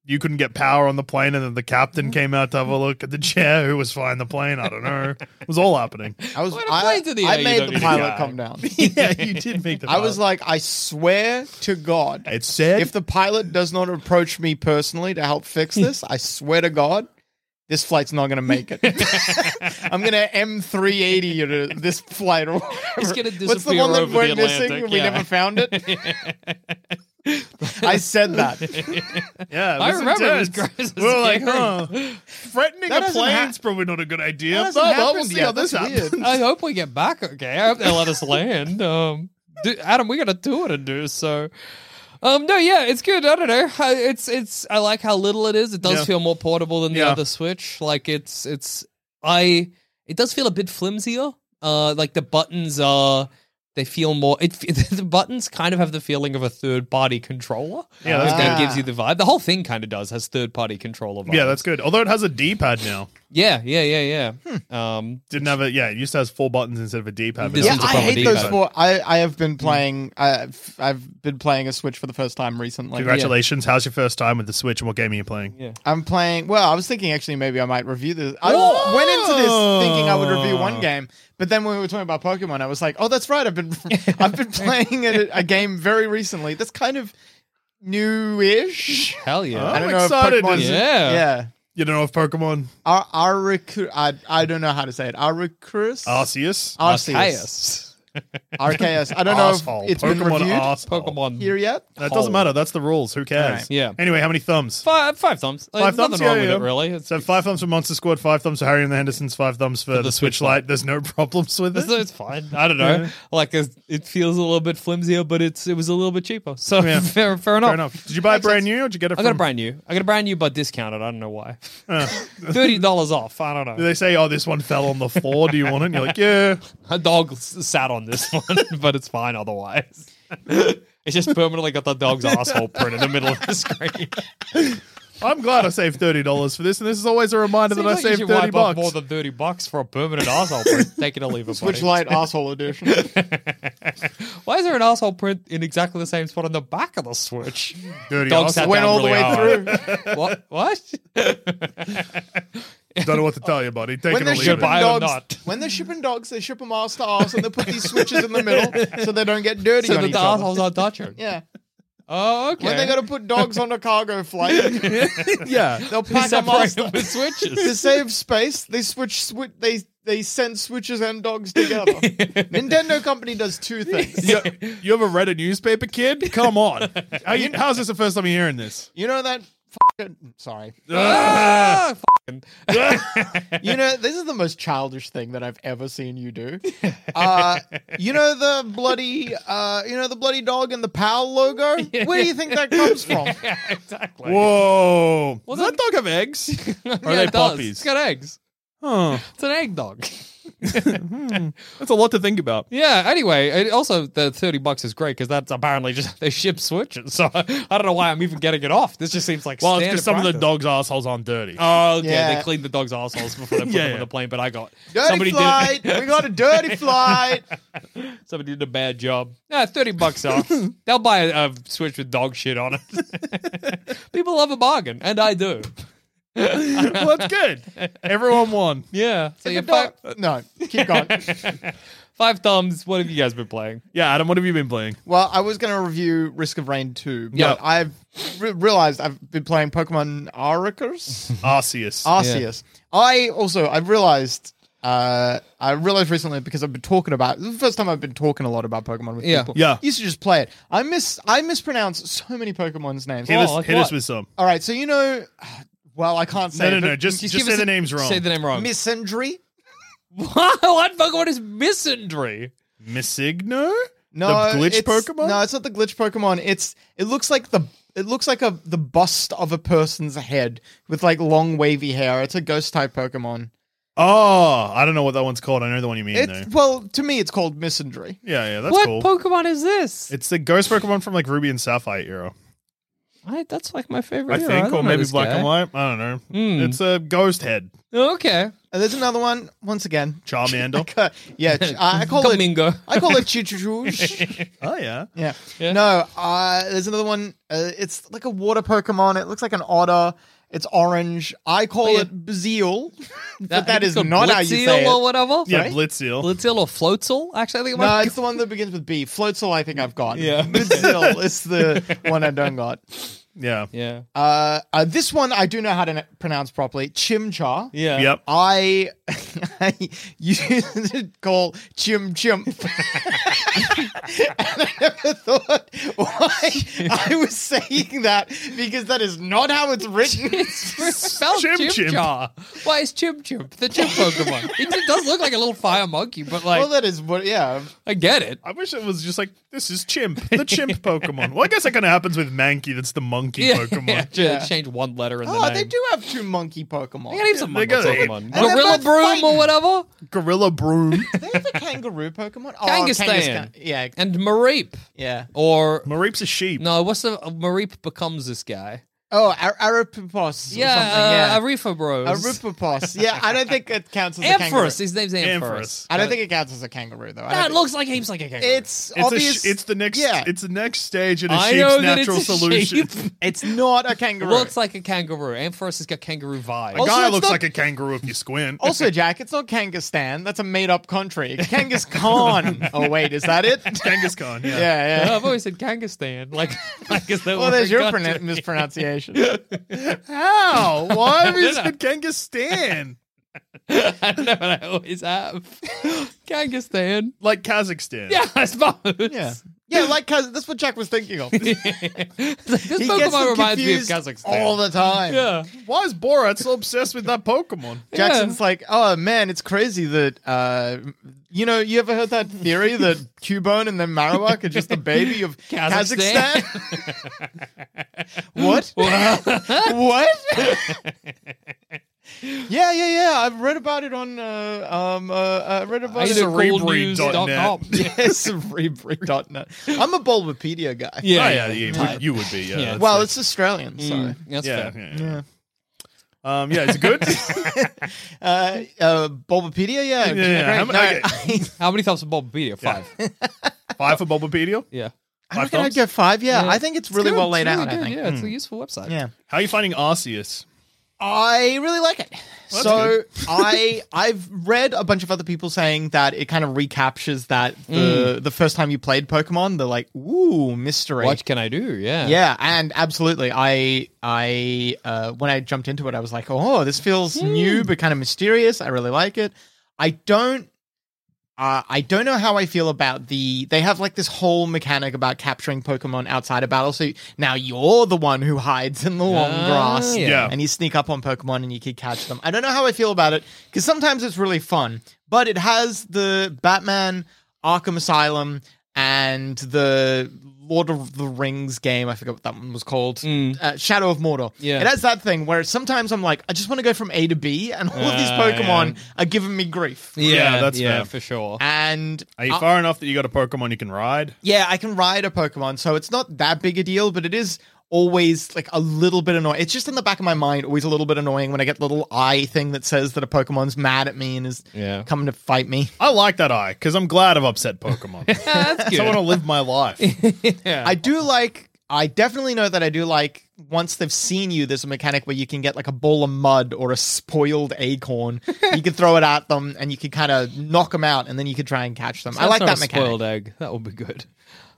Speaker 3: You couldn't get power on the plane, and then the captain came out to have a look at the chair who was flying the plane. I don't know. It was all
Speaker 6: <laughs>
Speaker 3: happening.
Speaker 6: I was.
Speaker 5: Well, the
Speaker 6: I,
Speaker 5: plane's in the E air,
Speaker 6: I
Speaker 5: you don't
Speaker 6: made the
Speaker 5: need to
Speaker 6: pilot
Speaker 5: go. <laughs>
Speaker 6: come down.
Speaker 3: yeah, you did make the.
Speaker 6: I was
Speaker 3: pilot.
Speaker 6: like, I swear to God,
Speaker 3: it said
Speaker 6: if the pilot does not approach me personally to help fix
Speaker 5: Hmm.
Speaker 6: this, I swear to God, this flight's not going to make
Speaker 5: <laughs>
Speaker 6: it. I'm going to M380 you to this flight. Or
Speaker 5: It's gonna
Speaker 6: whatever.
Speaker 5: disappear over the Atlantic,
Speaker 6: and we
Speaker 5: yeah.
Speaker 6: never found it?
Speaker 5: <laughs>
Speaker 6: I said that.
Speaker 3: yeah, it
Speaker 5: I
Speaker 3: was
Speaker 5: remember it was
Speaker 3: intense.
Speaker 5: gross. It
Speaker 3: We were like,
Speaker 5: was
Speaker 3: huh, threatening
Speaker 6: That
Speaker 3: a
Speaker 6: hasn't
Speaker 3: plane's
Speaker 6: hap-
Speaker 3: probably not a good idea.
Speaker 6: That
Speaker 3: But
Speaker 6: hasn't
Speaker 3: we'll
Speaker 6: happened
Speaker 3: see
Speaker 6: yet.
Speaker 3: how this
Speaker 6: That's weird.
Speaker 3: happens.
Speaker 5: I hope we get back okay. I hope they let us
Speaker 3: <laughs>
Speaker 5: land. Um, do, Adam, we got a tour to do, so. Um, no, yeah, it's good. I don't know. I, it's it's. I like how little it is. It does
Speaker 3: Yeah.
Speaker 5: feel more portable than the
Speaker 3: Yeah.
Speaker 5: other Switch. Like it's it's. I it does feel a bit flimsier. Uh, like the buttons are. They feel more. It <laughs> the buttons kind of have the feeling of a third party controller.
Speaker 3: Yeah, that's
Speaker 5: that
Speaker 6: good.
Speaker 5: gives you the vibe. The whole thing kind of does has third party controller. Vibes.
Speaker 3: <laughs> Yeah, that's good. Although it has a D-pad now.
Speaker 5: yeah, yeah, yeah, yeah.
Speaker 3: Hmm.
Speaker 5: Um,
Speaker 3: Didn't have it. Yeah, it used to have four buttons instead of a D-pad. but
Speaker 5: This
Speaker 3: now
Speaker 6: Yeah,
Speaker 5: one's
Speaker 3: it's
Speaker 5: a
Speaker 6: I
Speaker 3: a proper
Speaker 5: proper
Speaker 6: hate those
Speaker 3: D-pad.
Speaker 6: four. I, I have
Speaker 5: Hmm.
Speaker 6: been playing. I've, I've been playing a Switch for the first time recently.
Speaker 3: Congratulations! How's your first time with the Switch, and what game are you playing?
Speaker 6: I'm playing. Well, I was thinking actually maybe I might review this. I went into this thinking I would review one game, but then when we were talking about Pokemon, I was like, oh, that's right. I've been <laughs> I've been playing a, a game very recently. That's kind of new-ish.
Speaker 5: hell yeah.
Speaker 6: I
Speaker 3: I'm
Speaker 6: don't know
Speaker 3: excited.
Speaker 6: if Pokemon's
Speaker 3: Is it-
Speaker 5: Yeah.
Speaker 6: yeah.
Speaker 3: You don't know if Pokemon
Speaker 6: Ar- Aricru- I I don't know how to say it. Aricrus.
Speaker 3: Arceus.
Speaker 6: Arceus.
Speaker 5: Arceus.
Speaker 6: RKS. I don't know
Speaker 3: Asshole.
Speaker 6: if it's been
Speaker 3: Pokemon
Speaker 6: reviewed
Speaker 3: asshole.
Speaker 5: Pokemon.
Speaker 6: here yet.
Speaker 3: That doesn't matter. That's the rules. Who cares?
Speaker 5: Alright. Yeah.
Speaker 3: Anyway, how many thumbs?
Speaker 5: Five, five thumbs. Like,
Speaker 3: Five thumbs.
Speaker 5: Nothing
Speaker 3: yeah,
Speaker 5: wrong with
Speaker 3: yeah.
Speaker 5: it, really. It's,
Speaker 3: So five thumbs for Monster Squad, five thumbs for Harry and the Hendersons, five thumbs for, the, Switch Lite. There's no problems with
Speaker 5: it's,
Speaker 3: it.
Speaker 5: it's fine. I don't know. <laughs> Like it's, it feels a little bit flimsier, but it's it was a little bit cheaper. So
Speaker 3: Yeah.
Speaker 5: <laughs> fair, fair enough.
Speaker 3: Fair enough. Did you buy it brand new or did you get
Speaker 5: I
Speaker 3: it from
Speaker 5: got a brand new. I got a brand new, but discounted. I don't know why. <laughs> Thirty dollars off. I don't
Speaker 3: Do
Speaker 5: know.
Speaker 3: Uh. they say, oh, this one fell on the floor? Do you want it? And you're like, yeah.
Speaker 5: A dog s- sat on this <laughs> one, but it's fine otherwise. <laughs> it's just permanently got the dog's asshole print in the middle of the
Speaker 3: <laughs>
Speaker 5: screen.
Speaker 3: I'm glad I saved $30 for this. And this is always a reminder
Speaker 5: Seems
Speaker 3: that I
Speaker 5: like you
Speaker 3: saved
Speaker 5: should
Speaker 3: 30
Speaker 5: wipe off
Speaker 3: bucks.
Speaker 5: more than thirty bucks for a permanent asshole print. Take it or
Speaker 3: <laughs>
Speaker 5: leave it.
Speaker 6: Switch
Speaker 5: buddy.
Speaker 6: Lite asshole edition.
Speaker 5: Why is there an asshole print in exactly the same spot on the back of the Switch?
Speaker 3: Dirty
Speaker 5: Dog
Speaker 3: ass.
Speaker 5: sat
Speaker 6: Went
Speaker 5: down
Speaker 6: all the
Speaker 5: really
Speaker 6: way
Speaker 5: hard. What? What?
Speaker 3: Don't know what to tell you, buddy. Take
Speaker 6: when
Speaker 3: it or
Speaker 6: they're
Speaker 3: leave
Speaker 6: shipping
Speaker 3: it.
Speaker 5: buy it or
Speaker 6: dogs,
Speaker 5: not.
Speaker 6: when they're shipping dogs, they ship them ass to ass, and they put these switches in the middle so they don't get dirty
Speaker 5: so
Speaker 6: on
Speaker 5: that
Speaker 6: each
Speaker 5: the
Speaker 6: other.
Speaker 5: assholes aren't
Speaker 3: <laughs>
Speaker 5: touching. <laughs>
Speaker 6: Yeah.
Speaker 5: Oh, okay.
Speaker 6: When they got to put dogs on a cargo flight,
Speaker 3: <laughs> Yeah.
Speaker 6: they'll pack them
Speaker 5: separate
Speaker 6: ass
Speaker 5: them with switches.
Speaker 3: <laughs>
Speaker 6: to save space. They switch, swi- they they send switches and dogs together.
Speaker 5: <laughs>
Speaker 6: Nintendo company does two things.
Speaker 3: you, you ever read a newspaper, <laughs> kid? Come on. How you- how's this the first time you're hearing this?
Speaker 6: You know that. Fucking, sorry.
Speaker 5: Ah, fucking-
Speaker 6: You know, this is the most childish thing that I've ever seen you do. Uh, you know the bloody, uh, you know the bloody dog and the pal
Speaker 5: <laughs>
Speaker 6: logo. Where do you think that comes from?
Speaker 5: exactly.
Speaker 3: <laughs> Whoa. Does that dog
Speaker 5: <laughs>
Speaker 3: have eggs?
Speaker 5: Are
Speaker 3: they
Speaker 5: it does.
Speaker 3: puppies?
Speaker 5: It's got eggs.
Speaker 3: Huh. Hmm.
Speaker 5: It's an egg
Speaker 3: <laughs>
Speaker 5: dog.
Speaker 3: That's a lot to think about.
Speaker 5: Yeah. Anyway, it also the thirty bucks is great because that's apparently just <laughs> they ship switches. So <laughs> I don't know why I'm even getting it off. This just seems like
Speaker 3: Well, it's
Speaker 5: standard
Speaker 3: because some of the
Speaker 5: practice.
Speaker 3: dog's assholes aren't dirty.
Speaker 5: Oh, okay.
Speaker 6: Yeah.
Speaker 5: They cleaned the dog's assholes before they
Speaker 3: <laughs>
Speaker 5: put
Speaker 3: Yeah,
Speaker 5: them
Speaker 3: yeah.
Speaker 5: on the plane. But I got
Speaker 6: Dirty
Speaker 5: somebody
Speaker 6: flight.
Speaker 5: did
Speaker 6: we got a dirty flight.
Speaker 5: <laughs> somebody did a bad job. Nah, thirty bucks <laughs> off. They'll buy a, a switch with dog shit on it. <laughs> People love a bargain, and I do.
Speaker 3: well, that's good. <laughs> Everyone won.
Speaker 5: Yeah. So you
Speaker 6: The
Speaker 5: five,
Speaker 6: dog- no, keep going.
Speaker 5: five thumbs. What have you guys been playing?
Speaker 3: Yeah, Adam, what have you been playing?
Speaker 6: Well, I was going to review Risk of Rain 2, but
Speaker 5: Yep.
Speaker 6: I've re- realized I've been playing Pokemon
Speaker 5: <laughs>
Speaker 6: Arceus.
Speaker 3: Arceus.
Speaker 6: Arceus. I also I realized uh, I realized recently because I've been talking about this is the first time I've been talking a lot about Pokemon with
Speaker 5: Yeah.
Speaker 6: people. <laughs>
Speaker 3: Yeah.
Speaker 6: used to just play it. I miss I mispronounce so many Pokemon's names.
Speaker 3: hit
Speaker 5: Oh,
Speaker 3: us,
Speaker 5: like
Speaker 3: hit
Speaker 5: what?
Speaker 3: us with some.
Speaker 6: All right, so you know, well I can't say.
Speaker 3: No, no,
Speaker 6: it,
Speaker 3: no.
Speaker 6: but
Speaker 3: Just, just,
Speaker 5: give
Speaker 3: say
Speaker 5: us
Speaker 3: the
Speaker 5: a-
Speaker 3: names wrong.
Speaker 5: Say the name wrong.
Speaker 6: Missandry.
Speaker 5: <laughs> what Pokemon is misandry?
Speaker 3: Missigno?
Speaker 6: No,
Speaker 3: The glitch
Speaker 6: it's-
Speaker 3: Pokemon?
Speaker 6: No, it's not the glitch Pokemon. It's it looks like the it looks like a the bust of a person's head with like long wavy hair. It's a ghost type Pokemon.
Speaker 3: Oh, I don't know what that one's called. I know the one you mean, though.
Speaker 6: It's well to me it's called Missandry.
Speaker 3: Yeah, yeah, that's
Speaker 5: What
Speaker 3: cool.
Speaker 5: Pokemon is this?
Speaker 3: it's the ghost Pokemon from like Ruby and Sapphire era,
Speaker 5: I, that's like my favorite.
Speaker 3: I
Speaker 5: era.
Speaker 3: think,
Speaker 5: don't
Speaker 3: or
Speaker 5: know
Speaker 3: maybe
Speaker 5: this
Speaker 3: black
Speaker 5: guy.
Speaker 3: and white. I don't know.
Speaker 5: Hmm.
Speaker 3: It's a ghost head,
Speaker 5: Okay.
Speaker 6: And there's another one once again. <laughs>
Speaker 3: Charmander.
Speaker 6: Ca- yeah, ch- I I call it.
Speaker 5: Flamingo.
Speaker 6: I call it chuchuchush.
Speaker 3: oh yeah,
Speaker 6: yeah.
Speaker 5: Yeah.
Speaker 6: No, uh, there's another one. Uh, it's like a water Pokemon. It looks like an otter. It's orange. I call
Speaker 5: yeah.
Speaker 6: it Bzeal, <laughs> but
Speaker 5: That-
Speaker 6: that
Speaker 5: it's
Speaker 6: is
Speaker 5: called
Speaker 6: not how you
Speaker 5: Blitzeal
Speaker 6: say
Speaker 5: or
Speaker 6: it.
Speaker 5: whatever.
Speaker 3: yeah,
Speaker 6: Sorry?
Speaker 3: Blitzeel.
Speaker 5: Blitzeal or Floatzel. Actually, I think it
Speaker 6: No,
Speaker 5: might
Speaker 6: it's the one that begins with B. Floatzel, I think I've got. <laughs>
Speaker 5: Yeah.
Speaker 6: Bzeal
Speaker 5: <laughs>
Speaker 6: is the one I don't got.
Speaker 3: Yeah.
Speaker 5: <laughs> Yeah.
Speaker 6: Uh, uh, this one I do know how to n- pronounce properly. Chimchar.
Speaker 5: Yeah.
Speaker 3: Yep.
Speaker 6: I, <laughs> I used to call chim chimp. <laughs> and I never thought why I was saying that because that is not how it's
Speaker 5: <laughs>
Speaker 6: written.
Speaker 5: It's spelled
Speaker 3: Chimp
Speaker 5: Chimp
Speaker 3: Chimp.
Speaker 5: Jar. Why is Chimp Chimp the chimp
Speaker 3: <laughs>
Speaker 5: Pokemon? It d- does look like a little fire monkey, but like
Speaker 6: well, that is what, yeah.
Speaker 5: I get
Speaker 3: <laughs>
Speaker 5: it.
Speaker 3: I wish it was just like this
Speaker 5: <laughs>
Speaker 3: is chimp, the chimp Pokemon. Well, I guess that kind of happens with Mankey. That's the monkey
Speaker 5: Yeah,
Speaker 3: Pokemon.
Speaker 5: yeah, ju-
Speaker 6: Yeah.
Speaker 5: change one letter in the
Speaker 6: Oh,
Speaker 5: name.
Speaker 6: they do have two monkey Pokemon.
Speaker 5: They gotta have some
Speaker 3: They
Speaker 5: monkeys
Speaker 3: gotta-
Speaker 5: Pokemon.
Speaker 6: they're
Speaker 5: Gorilla
Speaker 6: both
Speaker 5: Broom or
Speaker 6: fighting.
Speaker 5: whatever,
Speaker 3: Gorilla
Speaker 5: <laughs>
Speaker 3: Broom,
Speaker 6: They have a kangaroo Pokemon. Oh,
Speaker 5: Kangaskhan.
Speaker 6: Kangaskhan. Yeah.
Speaker 5: and Mareep
Speaker 6: Yeah.
Speaker 5: or
Speaker 3: Mareep's a sheep.
Speaker 5: no, what's the uh, Mareep becomes this guy?
Speaker 6: Oh, Ar- Arapipos. or
Speaker 5: yeah, uh,
Speaker 6: something,
Speaker 5: Arefa Bros.
Speaker 6: yeah. Aripipos. Yeah, I don't think it counts
Speaker 5: <laughs>
Speaker 6: as a kangaroo.
Speaker 5: Ampharos. His name's Ampharos.
Speaker 3: Ampharos.
Speaker 6: I don't think it counts as a kangaroo, though. I don't
Speaker 5: That
Speaker 6: think-
Speaker 5: looks like he's like a kangaroo.
Speaker 6: It's,
Speaker 3: It's, a
Speaker 6: obvious.
Speaker 3: sh- it's the next.
Speaker 6: Yeah.
Speaker 3: It's the next stage in a
Speaker 5: I
Speaker 3: sheep's
Speaker 5: know that
Speaker 3: natural
Speaker 5: it's a
Speaker 3: solution.
Speaker 5: sheep. <laughs>
Speaker 6: It's not a kangaroo.
Speaker 5: Looks like a kangaroo. Ampharos has got kangaroo vibes.
Speaker 3: A
Speaker 6: Also,
Speaker 3: guy
Speaker 6: it's
Speaker 3: looks
Speaker 6: not-
Speaker 3: like a kangaroo if you squint. <laughs>
Speaker 6: also, Jack, it's not Kangastan. That's a made-up country. It's Kangaskhan. oh wait, is that it? <laughs>
Speaker 3: Kangaskhan.
Speaker 6: yeah,
Speaker 5: <laughs>
Speaker 3: Yeah.
Speaker 5: Oh,
Speaker 6: yeah.
Speaker 5: I've always said Kangastan.
Speaker 6: <laughs>
Speaker 5: Like, like is that
Speaker 6: Well,
Speaker 5: what
Speaker 6: there's
Speaker 5: we
Speaker 6: your
Speaker 5: Oh, got
Speaker 6: pronu-
Speaker 5: to?
Speaker 6: mispronunciation.
Speaker 3: How? Why have you
Speaker 5: Yeah.
Speaker 3: said Kangaskhan?
Speaker 5: <laughs> I don't know, but I always have.
Speaker 6: <laughs>
Speaker 5: Kangastan.
Speaker 3: like Kazakhstan.
Speaker 5: Yeah, I suppose.
Speaker 6: Yeah. Yeah, like Kaz- that's what Jack was thinking of. he
Speaker 5: It's like, <laughs> this
Speaker 6: gets them
Speaker 5: Pokemon reminds me of
Speaker 6: confused
Speaker 5: Kazakhstan.
Speaker 6: all the time.
Speaker 5: Yeah.
Speaker 3: Why is Borat so obsessed with that Pokemon?
Speaker 6: Jackson's like, oh man, it's crazy that uh, you know, you ever heard that theory <laughs> that Cubone and then Marowak are just the baby of
Speaker 5: Kazakhstan?
Speaker 6: Kazakhstan? <laughs> what? <laughs> what? yeah, yeah, yeah. I've read about it on. Uh, um, uh, I read about it.
Speaker 3: Either-
Speaker 6: on
Speaker 3: Cerebri.net.
Speaker 5: <laughs> Cerebri.net.
Speaker 6: <laughs> Yes, Cerebri.net. I'm a Bulbapedia guy.
Speaker 3: Oh,
Speaker 5: Yeah,
Speaker 3: yeah, you, would, you would be. Yeah.
Speaker 5: Yeah.
Speaker 3: That's-
Speaker 6: Well, it's Australian, so.
Speaker 5: That's
Speaker 3: yeah,
Speaker 5: fair.
Speaker 3: yeah, yeah. Um, yeah, it's good.
Speaker 6: Uh, uh, Bulbapedia, yeah.
Speaker 3: yeah. How
Speaker 6: Great.
Speaker 3: ma-
Speaker 6: No,
Speaker 5: How many thumbs for Bob Bedia?
Speaker 3: Yeah.
Speaker 5: Five.
Speaker 3: Five for Bulbapedia.
Speaker 6: <laughs>
Speaker 5: Yeah.
Speaker 6: I
Speaker 3: Five
Speaker 6: reckon I'd
Speaker 3: thumbs?
Speaker 6: go five. Yeah.
Speaker 5: Yeah.
Speaker 6: I think it's really
Speaker 5: good.
Speaker 6: well laid
Speaker 5: It's
Speaker 6: out.
Speaker 5: really
Speaker 6: I
Speaker 5: good,
Speaker 6: think. Hmm.
Speaker 5: Yeah, it's a useful website.
Speaker 6: Yeah.
Speaker 3: How are you finding Arceus?
Speaker 6: I really like it.
Speaker 3: Well, that's
Speaker 6: so
Speaker 3: good.
Speaker 6: <laughs> I I've read a bunch of other people saying that it kind of recaptures that the the first time you played Pokemon, the like ooh mystery.
Speaker 5: Mm. What can I do? Yeah.
Speaker 6: yeah, and absolutely. I I uh, when I jumped into it, I was like, oh, this feels
Speaker 5: Hmm.
Speaker 6: new but kind of mysterious. I really like it. I don't. Uh, I don't know how I feel about the. They have like this whole mechanic about capturing Pokemon outside of battle. So you- now you're the one who hides in the long
Speaker 5: Ah,
Speaker 6: grass,
Speaker 5: yeah.
Speaker 3: Yeah.
Speaker 6: and you sneak up on Pokemon and you can catch them. I don't know how I feel about it because sometimes it's really fun, but it has the Batman Arkham Asylum and the Lord of the Rings game. I forgot what that one was called. Uh, Shadow of Mordor.
Speaker 5: Mm. Yeah.
Speaker 6: It has that thing where sometimes I'm like, I just want to go from A to B, and all of these
Speaker 5: Ah,
Speaker 6: Pokemon are giving me grief.
Speaker 5: Yeah,
Speaker 3: Yeah, that's
Speaker 5: yeah,
Speaker 3: fair.
Speaker 5: for sure.
Speaker 6: And
Speaker 3: Are you far enough that you got a Pokemon you can ride?
Speaker 6: yeah, I can ride a Pokemon, so it's not that big a deal, but it is always like a little bit annoying. It's just in the back of my mind, always a little bit annoying when I get the little eye thing that says that a Pokemon's mad at me and is
Speaker 5: Yeah.
Speaker 6: coming to fight me.
Speaker 3: I like that eye because I'm glad I've upset Pokemon.
Speaker 5: that's
Speaker 3: So I want to live my life.
Speaker 6: I do like. I definitely know that I do like. Once they've seen you, there's a mechanic where you can get like a ball of mud or a spoiled acorn. you can throw it at them, and you can kind of knock them out, and then you can try and catch them. I like that mechanic.
Speaker 5: Spoiled egg. That would be good.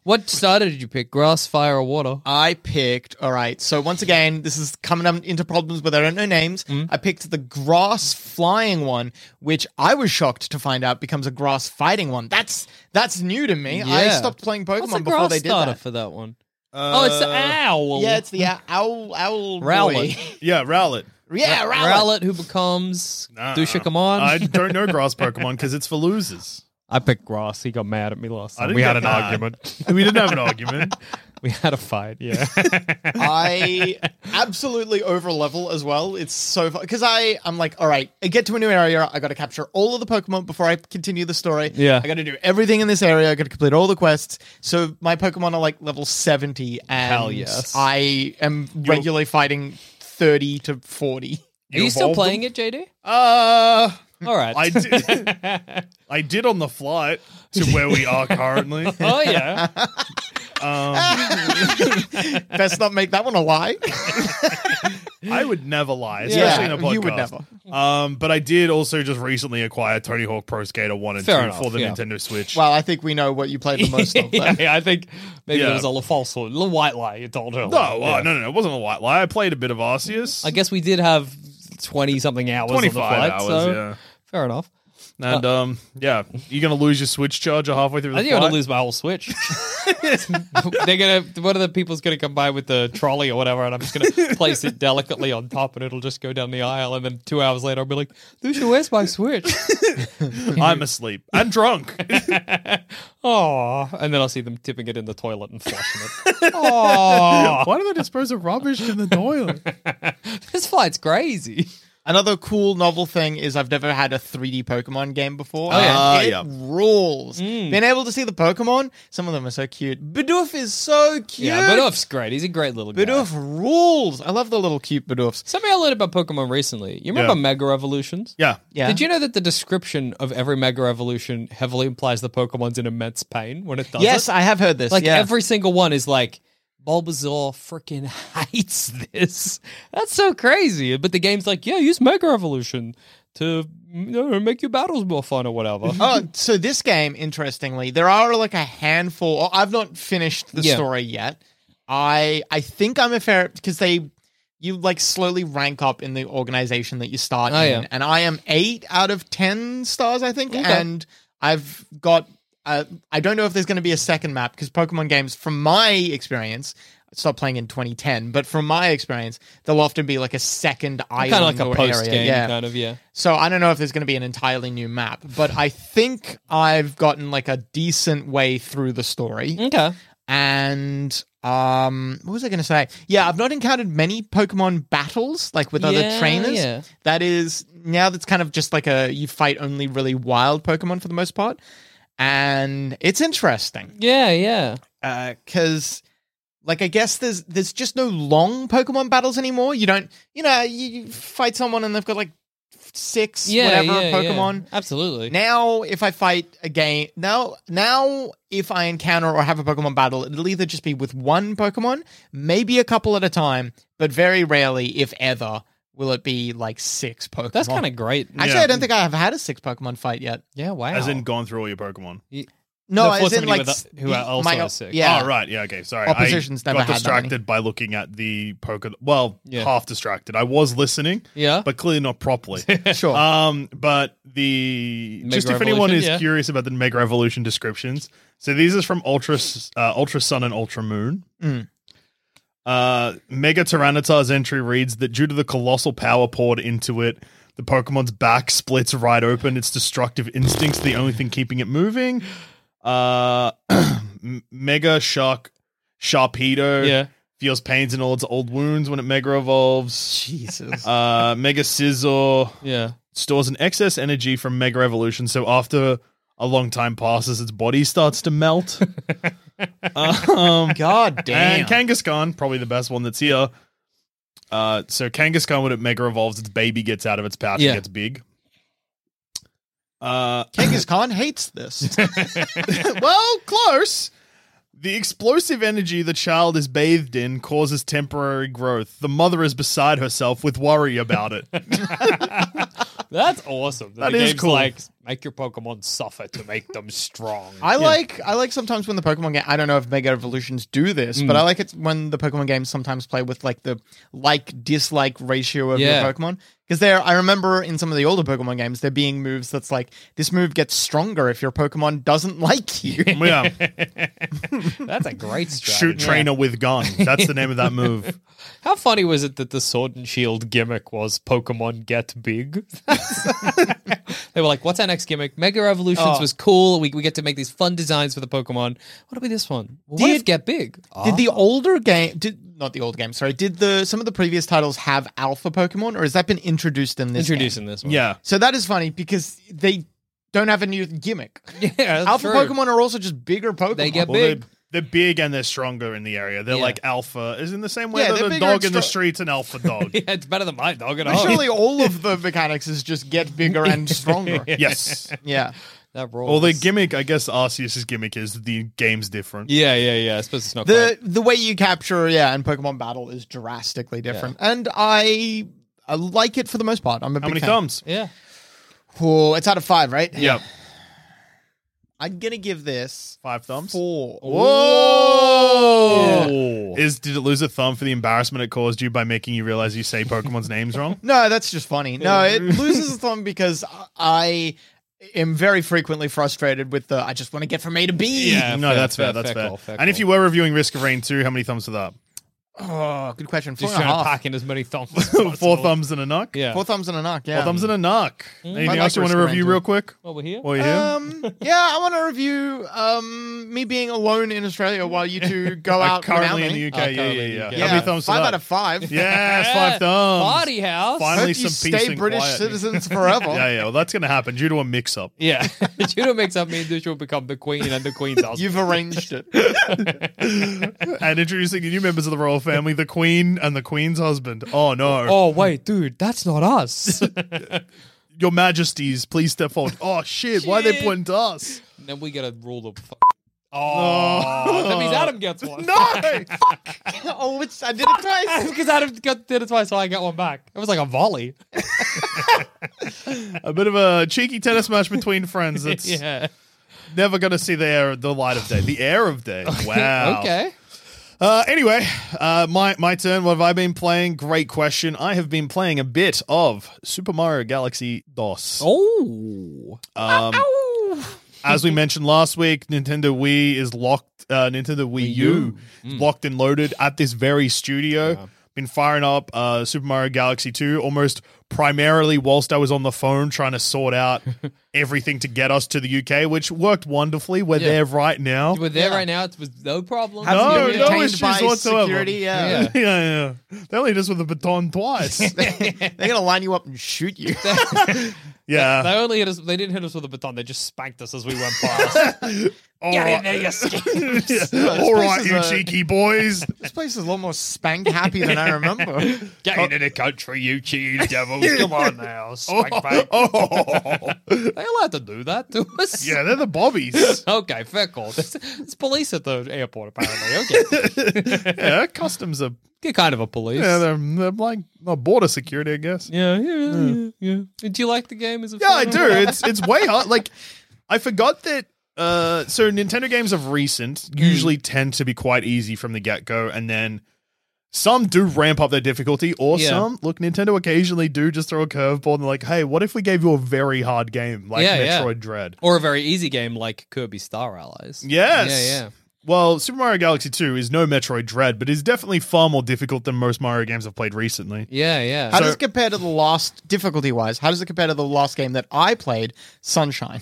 Speaker 5: What starter did you pick? Grass, fire, or water?
Speaker 6: I picked. All right. So once again, this is coming up into problems where I don't know names.
Speaker 5: Mm-hmm.
Speaker 6: I picked the grass flying one, which I was shocked to find out becomes a grass fighting one. That's that's new to me. I
Speaker 5: Yeah.
Speaker 6: stopped playing
Speaker 5: What's the
Speaker 6: Pokemon before
Speaker 5: grass
Speaker 6: they did
Speaker 5: starter
Speaker 6: that.
Speaker 5: for that one?
Speaker 3: Uh,
Speaker 5: oh, it's the owl.
Speaker 6: Yeah, it's the ow- owl owl
Speaker 5: Rowlet.
Speaker 6: boy. <laughs>
Speaker 3: Yeah, Rowlet.
Speaker 6: yeah, Rowlet.
Speaker 5: Rowlet who becomes
Speaker 3: Nah.
Speaker 5: Dushakamon. <laughs>
Speaker 3: I don't know grass Pokemon because it's for losers.
Speaker 5: I picked grass. He got mad at me last <laughs>
Speaker 3: I didn't get mad. <laughs> We didn't have an argument.
Speaker 5: We had a fight.
Speaker 3: <laughs>
Speaker 5: Yeah.
Speaker 6: I
Speaker 5: <laughs>
Speaker 6: absolutely overlevel as well. It's so fun because I I'm like, all right, I get to a new area. I got to capture all of the Pokemon before I continue the story.
Speaker 5: Yeah.
Speaker 6: I got to do everything in this area. I got to complete all the quests. So my Pokemon are like level seventy, and
Speaker 5: Hell yes.
Speaker 6: I am regularly fighting thirty to
Speaker 5: <laughs>
Speaker 6: forty.
Speaker 5: Are you still
Speaker 3: evolved
Speaker 5: playing
Speaker 3: them?
Speaker 5: it, JD?
Speaker 3: Uh,
Speaker 5: All right.
Speaker 3: I did. <laughs> I did on the flight to where we are currently.
Speaker 5: <laughs> oh <laughs> yeah.
Speaker 6: Best not make that one a lie.
Speaker 3: I would never lie,
Speaker 6: Yeah,
Speaker 3: especially in a podcast.
Speaker 6: you would never.
Speaker 3: Um, but I did also just recently acquire Tony Hawk Pro Skater One and
Speaker 5: Fair
Speaker 3: Two
Speaker 5: enough,
Speaker 3: for the
Speaker 5: yeah.
Speaker 3: Nintendo Switch.
Speaker 6: well, I think we know what you played the most
Speaker 5: <laughs>
Speaker 6: of.
Speaker 5: yeah,
Speaker 6: But
Speaker 5: yeah, I think maybe
Speaker 3: Yeah.
Speaker 5: it was a little false one, a little white lie you told her.
Speaker 3: no, uh, no, no, no, it wasn't a white lie. I played a bit of Arceus.
Speaker 5: I guess we did have twenty something hours. on the
Speaker 3: 25
Speaker 5: flight,
Speaker 3: hours,
Speaker 5: so
Speaker 3: yeah.
Speaker 5: Fair enough.
Speaker 3: And um, yeah, you're gonna lose your Switch charger halfway through the
Speaker 5: uh, I think I'm
Speaker 3: flight.
Speaker 5: gonna lose my whole switch. <laughs> They're gonna one of the people's gonna come by with the trolley or whatever, and I'm just gonna place it delicately on top, and it'll just go down the aisle. And then two hours later, I'll be like, "Lucia, where's my <laughs> switch?"
Speaker 3: I'm asleep and <laughs> drunk.
Speaker 5: Oh, and then I'll see them tipping it in the toilet and flushing it.
Speaker 3: <laughs>
Speaker 5: Oh,
Speaker 3: Why do they dispose of rubbish in the toilet?
Speaker 5: <laughs> this flight's crazy.
Speaker 6: Another cool novel thing is I've never had a 3D Pokemon game before.
Speaker 5: Oh, yeah.
Speaker 6: and
Speaker 3: Ah,
Speaker 6: it
Speaker 3: yeah.
Speaker 6: rules.
Speaker 5: Mm.
Speaker 6: Being able to see the Pokemon, some of them are so cute. Bidoof is so cute.
Speaker 5: Yeah, Bidoof's great. He's a great little guy.
Speaker 6: Bidoof rules. I love the little cute Bidoofs.
Speaker 5: Something I learned about Pokemon recently. You remember
Speaker 3: Yeah.
Speaker 5: Mega Evolutions?
Speaker 3: Yeah,
Speaker 6: Yeah.
Speaker 5: Did you know that the description of every Mega Evolution heavily implies the Pokemon's in immense pain when it does
Speaker 6: Yes,
Speaker 5: it?
Speaker 6: I have heard this.
Speaker 5: Like
Speaker 6: yeah.
Speaker 5: every single one is like Bulbasaur freaking <laughs> hates this. That's so crazy. But the game's like, yeah, use Mega Evolution to you know, make your battles more fun or
Speaker 6: <laughs>
Speaker 5: whatever. <laughs>
Speaker 6: Oh, so this game, interestingly, there are like a handful. oh, I've not finished the
Speaker 5: Yeah.
Speaker 6: story yet. I I think I'm a fair because they you like slowly rank up in the organization that you start
Speaker 5: Oh,
Speaker 6: in.
Speaker 5: yeah.
Speaker 6: And I am eight out of ten stars, I think.
Speaker 5: Okay.
Speaker 6: And I've got. Uh, I don't know if there's going to be a second map because Pokemon games, from my experience, I stopped playing in 2010. But from my experience, there'll often be like a second
Speaker 5: Kind
Speaker 6: island
Speaker 5: of like
Speaker 6: or
Speaker 5: a post
Speaker 6: area.
Speaker 5: game,
Speaker 6: yeah.
Speaker 5: kind of yeah.
Speaker 6: So I don't know if there's going to be an entirely new map, but I think I've gotten like a decent way through the story.
Speaker 5: Okay.
Speaker 6: And um, what was I going to say? Yeah, I've not encountered many Pokemon battles like with
Speaker 5: Yeah,
Speaker 6: other trainers.
Speaker 5: yeah.
Speaker 6: That is now that's kind of just like a you fight only really wild Pokemon for the most part, and it's interesting
Speaker 5: Yeah, yeah.
Speaker 6: because uh, like I guess there's there's just no long Pokemon battles anymore. You don't you know you, you fight someone and they've got like six
Speaker 5: Yeah, yeah,
Speaker 6: whatever
Speaker 5: yeah.
Speaker 6: Pokemon.
Speaker 5: Absolutely.
Speaker 6: Now if I fight a game now now if I encounter or have a Pokemon battle, it'll either just be with one Pokemon, maybe a couple at a time, but very rarely, if ever, will it be like six Pokemon.
Speaker 5: That's kind of great.
Speaker 6: Actually,
Speaker 3: Yeah.
Speaker 6: I don't think I have had a six Pokemon fight yet.
Speaker 5: Yeah, wow.
Speaker 3: As in, gone through all your Pokemon.
Speaker 6: No,
Speaker 5: No, for
Speaker 6: as in
Speaker 5: somebody
Speaker 6: like
Speaker 5: with a- who are also a six.
Speaker 6: Yeah,
Speaker 3: Oh, right. Yeah. Okay. Sorry.
Speaker 6: Opposition's
Speaker 3: I
Speaker 6: never had
Speaker 3: got
Speaker 6: that
Speaker 3: distracted by looking at the poker. Well,
Speaker 5: Yeah.
Speaker 3: half distracted. I was listening,
Speaker 5: yeah.
Speaker 6: <laughs>
Speaker 3: but clearly not properly.
Speaker 6: Sure.
Speaker 3: Um, but the
Speaker 5: Mega
Speaker 3: just if anyone
Speaker 5: Evolution,
Speaker 3: is
Speaker 5: yeah.
Speaker 3: curious about the Mega Evolution descriptions, so these are from Ultra S- uh, Ultra Sun and Ultra Moon.
Speaker 5: Hmm.
Speaker 6: Mm.
Speaker 3: Uh, Mega Tyranitar's entry reads that due to the colossal power poured into it, the Pokemon's back splits right open. Its destructive instincts the only thing keeping it moving. Uh, <clears throat> M- Mega Shark Sharpedo
Speaker 5: Yeah.
Speaker 3: feels pains in all its old wounds when it Mega evolves.
Speaker 6: Jesus.
Speaker 3: Uh, Mega Scizor
Speaker 5: Yeah.
Speaker 3: stores an excess energy from Mega Evolution, so after a long time passes, its body starts to melt. <laughs> um,
Speaker 6: God damn.
Speaker 3: and Kangaskhan, probably the best one that's here. Uh, so Kangaskhan, when it Mega Evolves, its baby gets out of its pouch
Speaker 5: Yeah.
Speaker 3: and gets big.
Speaker 6: <laughs>
Speaker 3: Uh,
Speaker 6: Kangaskhan hates
Speaker 3: <laughs>
Speaker 6: this.
Speaker 3: well, close. The explosive energy the child is bathed in causes temporary growth. The mother is beside herself with worry about it.
Speaker 5: That's awesome.
Speaker 3: That is cool.
Speaker 5: make your Pokemon suffer to make them strong.
Speaker 6: I like I like sometimes when the Pokemon game I don't know if Mega Evolutions do this,
Speaker 5: Mm.
Speaker 6: but I like it when the Pokemon games sometimes play with like the like dislike ratio of
Speaker 5: Yeah.
Speaker 6: your Pokemon. Because there I remember in some of the older Pokemon games there being moves that's like this move gets stronger if your Pokemon doesn't <laughs> like you.
Speaker 3: yeah.
Speaker 5: That's a
Speaker 6: <laughs>
Speaker 5: great strategy.
Speaker 3: Shoot trainer with gun. That's the name of that move.
Speaker 5: How funny was it that the Sword and Shield gimmick was Pokemon get
Speaker 6: <laughs>
Speaker 5: big? they were like, "What's our next gimmick?" Mega Evolutions
Speaker 6: Oh.
Speaker 5: was cool. We, we get to make these fun designs for the Pokemon. What be this one? Well, what
Speaker 6: Did-
Speaker 5: if get big?
Speaker 6: Did
Speaker 5: Ah.
Speaker 6: the older game did not the old game, sorry, did the some of the previous titles have alpha Pokemon or has that been introduced in this? game?
Speaker 5: introducing this one?
Speaker 3: Yeah.
Speaker 6: So that is funny because they don't have a new gimmick.
Speaker 5: <laughs> <laughs> yeah. that's
Speaker 6: Alpha
Speaker 5: true.
Speaker 6: Pokemon are also just bigger Pokemon.
Speaker 5: They get
Speaker 3: Well,
Speaker 5: big.
Speaker 3: They're, they're big and they're stronger in the area. They're
Speaker 5: Yeah.
Speaker 3: like alpha. Is in the same way
Speaker 6: Yeah,
Speaker 3: that
Speaker 6: they're
Speaker 3: a
Speaker 6: bigger
Speaker 3: dog
Speaker 6: and
Speaker 3: in the
Speaker 6: stro-
Speaker 3: street's an alpha
Speaker 5: <laughs>
Speaker 3: dog.
Speaker 5: <laughs> yeah, it's better than my dog at
Speaker 6: But
Speaker 3: Oh.
Speaker 5: all. <laughs>
Speaker 6: Surely all of the mechanics is just get bigger
Speaker 3: <laughs>
Speaker 6: and stronger.
Speaker 3: yes.
Speaker 6: Yeah.
Speaker 5: that rules.
Speaker 3: Well, the gimmick, I guess Arceus's gimmick is the game's different.
Speaker 5: Yeah, yeah, yeah. I suppose it's not
Speaker 6: The the way you capture, yeah, and Pokemon Battle is drastically different. And I I like it for the most part. I'm a
Speaker 3: How
Speaker 6: big
Speaker 3: many
Speaker 6: fan.
Speaker 3: thumbs?
Speaker 5: quite. Yeah.
Speaker 6: Oh, it's out of five, right?
Speaker 3: Yeah.
Speaker 6: I'm gonna give this
Speaker 3: Five thumbs.
Speaker 6: four.
Speaker 3: Whoa!
Speaker 5: Yeah.
Speaker 3: Is did it lose a thumb for the embarrassment it caused you by making you realize you say Pokemon's
Speaker 6: <laughs>
Speaker 3: names wrong?
Speaker 6: No, that's just funny. No,
Speaker 3: <laughs>
Speaker 6: it loses a thumb because I am very frequently frustrated with the I just want to get from A to B.
Speaker 5: Yeah.
Speaker 3: no,
Speaker 5: fair,
Speaker 3: that's fair.
Speaker 5: fair,
Speaker 3: That's
Speaker 5: fair
Speaker 3: fair.
Speaker 5: call, fair
Speaker 3: and if
Speaker 5: call.
Speaker 3: you were reviewing Risk of Rain 2, how many thumbs for that?
Speaker 6: Oh, good question. Four
Speaker 5: Just
Speaker 6: and a
Speaker 5: trying to
Speaker 6: half.
Speaker 5: pack in as many
Speaker 6: <laughs>
Speaker 5: thumbs. as possible.
Speaker 3: Four thumbs and a knock.
Speaker 5: Yeah.
Speaker 6: Four thumbs and a knock. Yeah.
Speaker 3: Four thumbs and a knock.
Speaker 6: I
Speaker 3: Anything
Speaker 6: like
Speaker 3: else you want
Speaker 6: Risk
Speaker 3: to
Speaker 6: of Rain
Speaker 3: review
Speaker 6: 2.
Speaker 3: real quick?
Speaker 5: Well, we're here.
Speaker 3: While you're here?
Speaker 6: Um, yeah, I want to review um, me being alone in Australia while you <laughs> two go
Speaker 3: Like
Speaker 6: out
Speaker 3: currently
Speaker 6: without
Speaker 3: in the
Speaker 6: me.
Speaker 3: UK.
Speaker 5: Oh,
Speaker 3: yeah,
Speaker 5: currently in the
Speaker 3: yeah, yeah.
Speaker 5: UK.
Speaker 3: How
Speaker 6: Yeah,
Speaker 3: many thumbs for
Speaker 6: five
Speaker 3: that?
Speaker 6: out of five.
Speaker 3: Yes, five thumbs.
Speaker 5: Party house.
Speaker 6: <laughs>
Speaker 3: Finally,
Speaker 6: Hope you
Speaker 3: some
Speaker 6: stay
Speaker 3: peace and
Speaker 6: British
Speaker 3: quiet.
Speaker 6: citizens <laughs> forever.
Speaker 3: Yeah, yeah. Well, that's going to happen due to a mix-up.
Speaker 5: <laughs> Yeah. <laughs> Judo makes up means that she'll become the queen and the
Speaker 6: <laughs>
Speaker 5: queen's husband.
Speaker 6: You've arranged it.
Speaker 3: and introducing the new members of the royal family, the queen and the queen's husband. <laughs> Oh no,
Speaker 5: oh, wait, dude, that's not <laughs> us. and
Speaker 3: your majesties, please step forward. Oh shit, why are they
Speaker 5: Shit.
Speaker 3: pointing to us?
Speaker 5: then we get a rule the. F- oh. That means Adam gets one.
Speaker 6: <laughs>
Speaker 3: No,
Speaker 6: oh, it's, I did it
Speaker 5: <laughs>
Speaker 6: twice.
Speaker 5: Because Adam got, did it twice, so I got one back. It was like a volley.
Speaker 3: a bit of a cheeky tennis match
Speaker 5: <laughs>
Speaker 3: between friends. That's
Speaker 5: <laughs> yeah. <laughs>
Speaker 3: never going to see the air, the light of day, the air of day. Wow.
Speaker 5: Okay.
Speaker 3: Uh, anyway, uh, my my turn. What have I been playing? Great question. I have been playing a bit of Super Mario Galaxy DOS.
Speaker 5: Oh.
Speaker 3: Um, as we mentioned last week, Nintendo Wii is locked. Uh, Nintendo Wii, U, is
Speaker 6: Mm.
Speaker 3: locked and loaded at this very studio. Been firing up uh, Super Mario Galaxy 2 almost primarily whilst I was on the phone trying to
Speaker 6: <laughs>
Speaker 3: sort out everything to get us to the UK, which worked wonderfully. We're there right now.
Speaker 5: We're there right now. It's with no problem.
Speaker 6: Hasn't
Speaker 3: No,
Speaker 6: been
Speaker 3: no
Speaker 6: detained
Speaker 3: issues
Speaker 6: by
Speaker 3: whatsoever.
Speaker 6: Security. Yeah.
Speaker 3: <laughs> yeah, yeah. They only did us with a
Speaker 6: <laughs>
Speaker 3: baton twice.
Speaker 6: <laughs> They're gonna line you up and shoot <laughs> you.
Speaker 3: yeah.
Speaker 5: They only hit us. They didn't hit us with a baton. They just spanked us as we went past.
Speaker 3: All right.
Speaker 6: this
Speaker 3: <laughs> All
Speaker 6: place
Speaker 3: right,
Speaker 6: is
Speaker 3: you
Speaker 6: a- <laughs>
Speaker 3: cheeky boys.
Speaker 6: this place is a lot more spank happy than I <laughs> remember.
Speaker 5: Get into the country, you cheese devils! Come on now, spank
Speaker 3: Oh, oh.
Speaker 5: They allowed to do that to us?
Speaker 3: yeah, they're
Speaker 6: <laughs>
Speaker 3: the bobbies.
Speaker 5: Okay, fair call. There's, there's police at the airport apparently. Okay,
Speaker 3: yeah, customs are
Speaker 5: Good kind of a police.
Speaker 3: yeah, they're, they're like oh, border security, I guess.
Speaker 5: yeah, yeah, yeah, yeah. Do you like the game? Is it
Speaker 3: Yeah, I
Speaker 5: fun?
Speaker 3: do. <laughs> It's it's way hard. Like, I forgot that. Uh, so Nintendo games of recent usually tend to be quite easy from the get go, and then some do ramp up their difficulty, or
Speaker 5: Yeah.
Speaker 3: some look Nintendo occasionally do just throw a curveball and they're like, "Hey, what if we gave you a very hard game like
Speaker 5: Yeah, yeah.
Speaker 3: Metroid Dread?"
Speaker 5: Or a very easy game like Kirby Star Allies.
Speaker 3: Yes.
Speaker 5: Yeah, yeah.
Speaker 3: Well, Super Mario Galaxy 2 is no Metroid Dread, but is definitely far more difficult than most Mario games I've played recently.
Speaker 5: Yeah, yeah.
Speaker 6: How does it compare to the last difficulty wise? How does it compare to the last game that I played, Sunshine?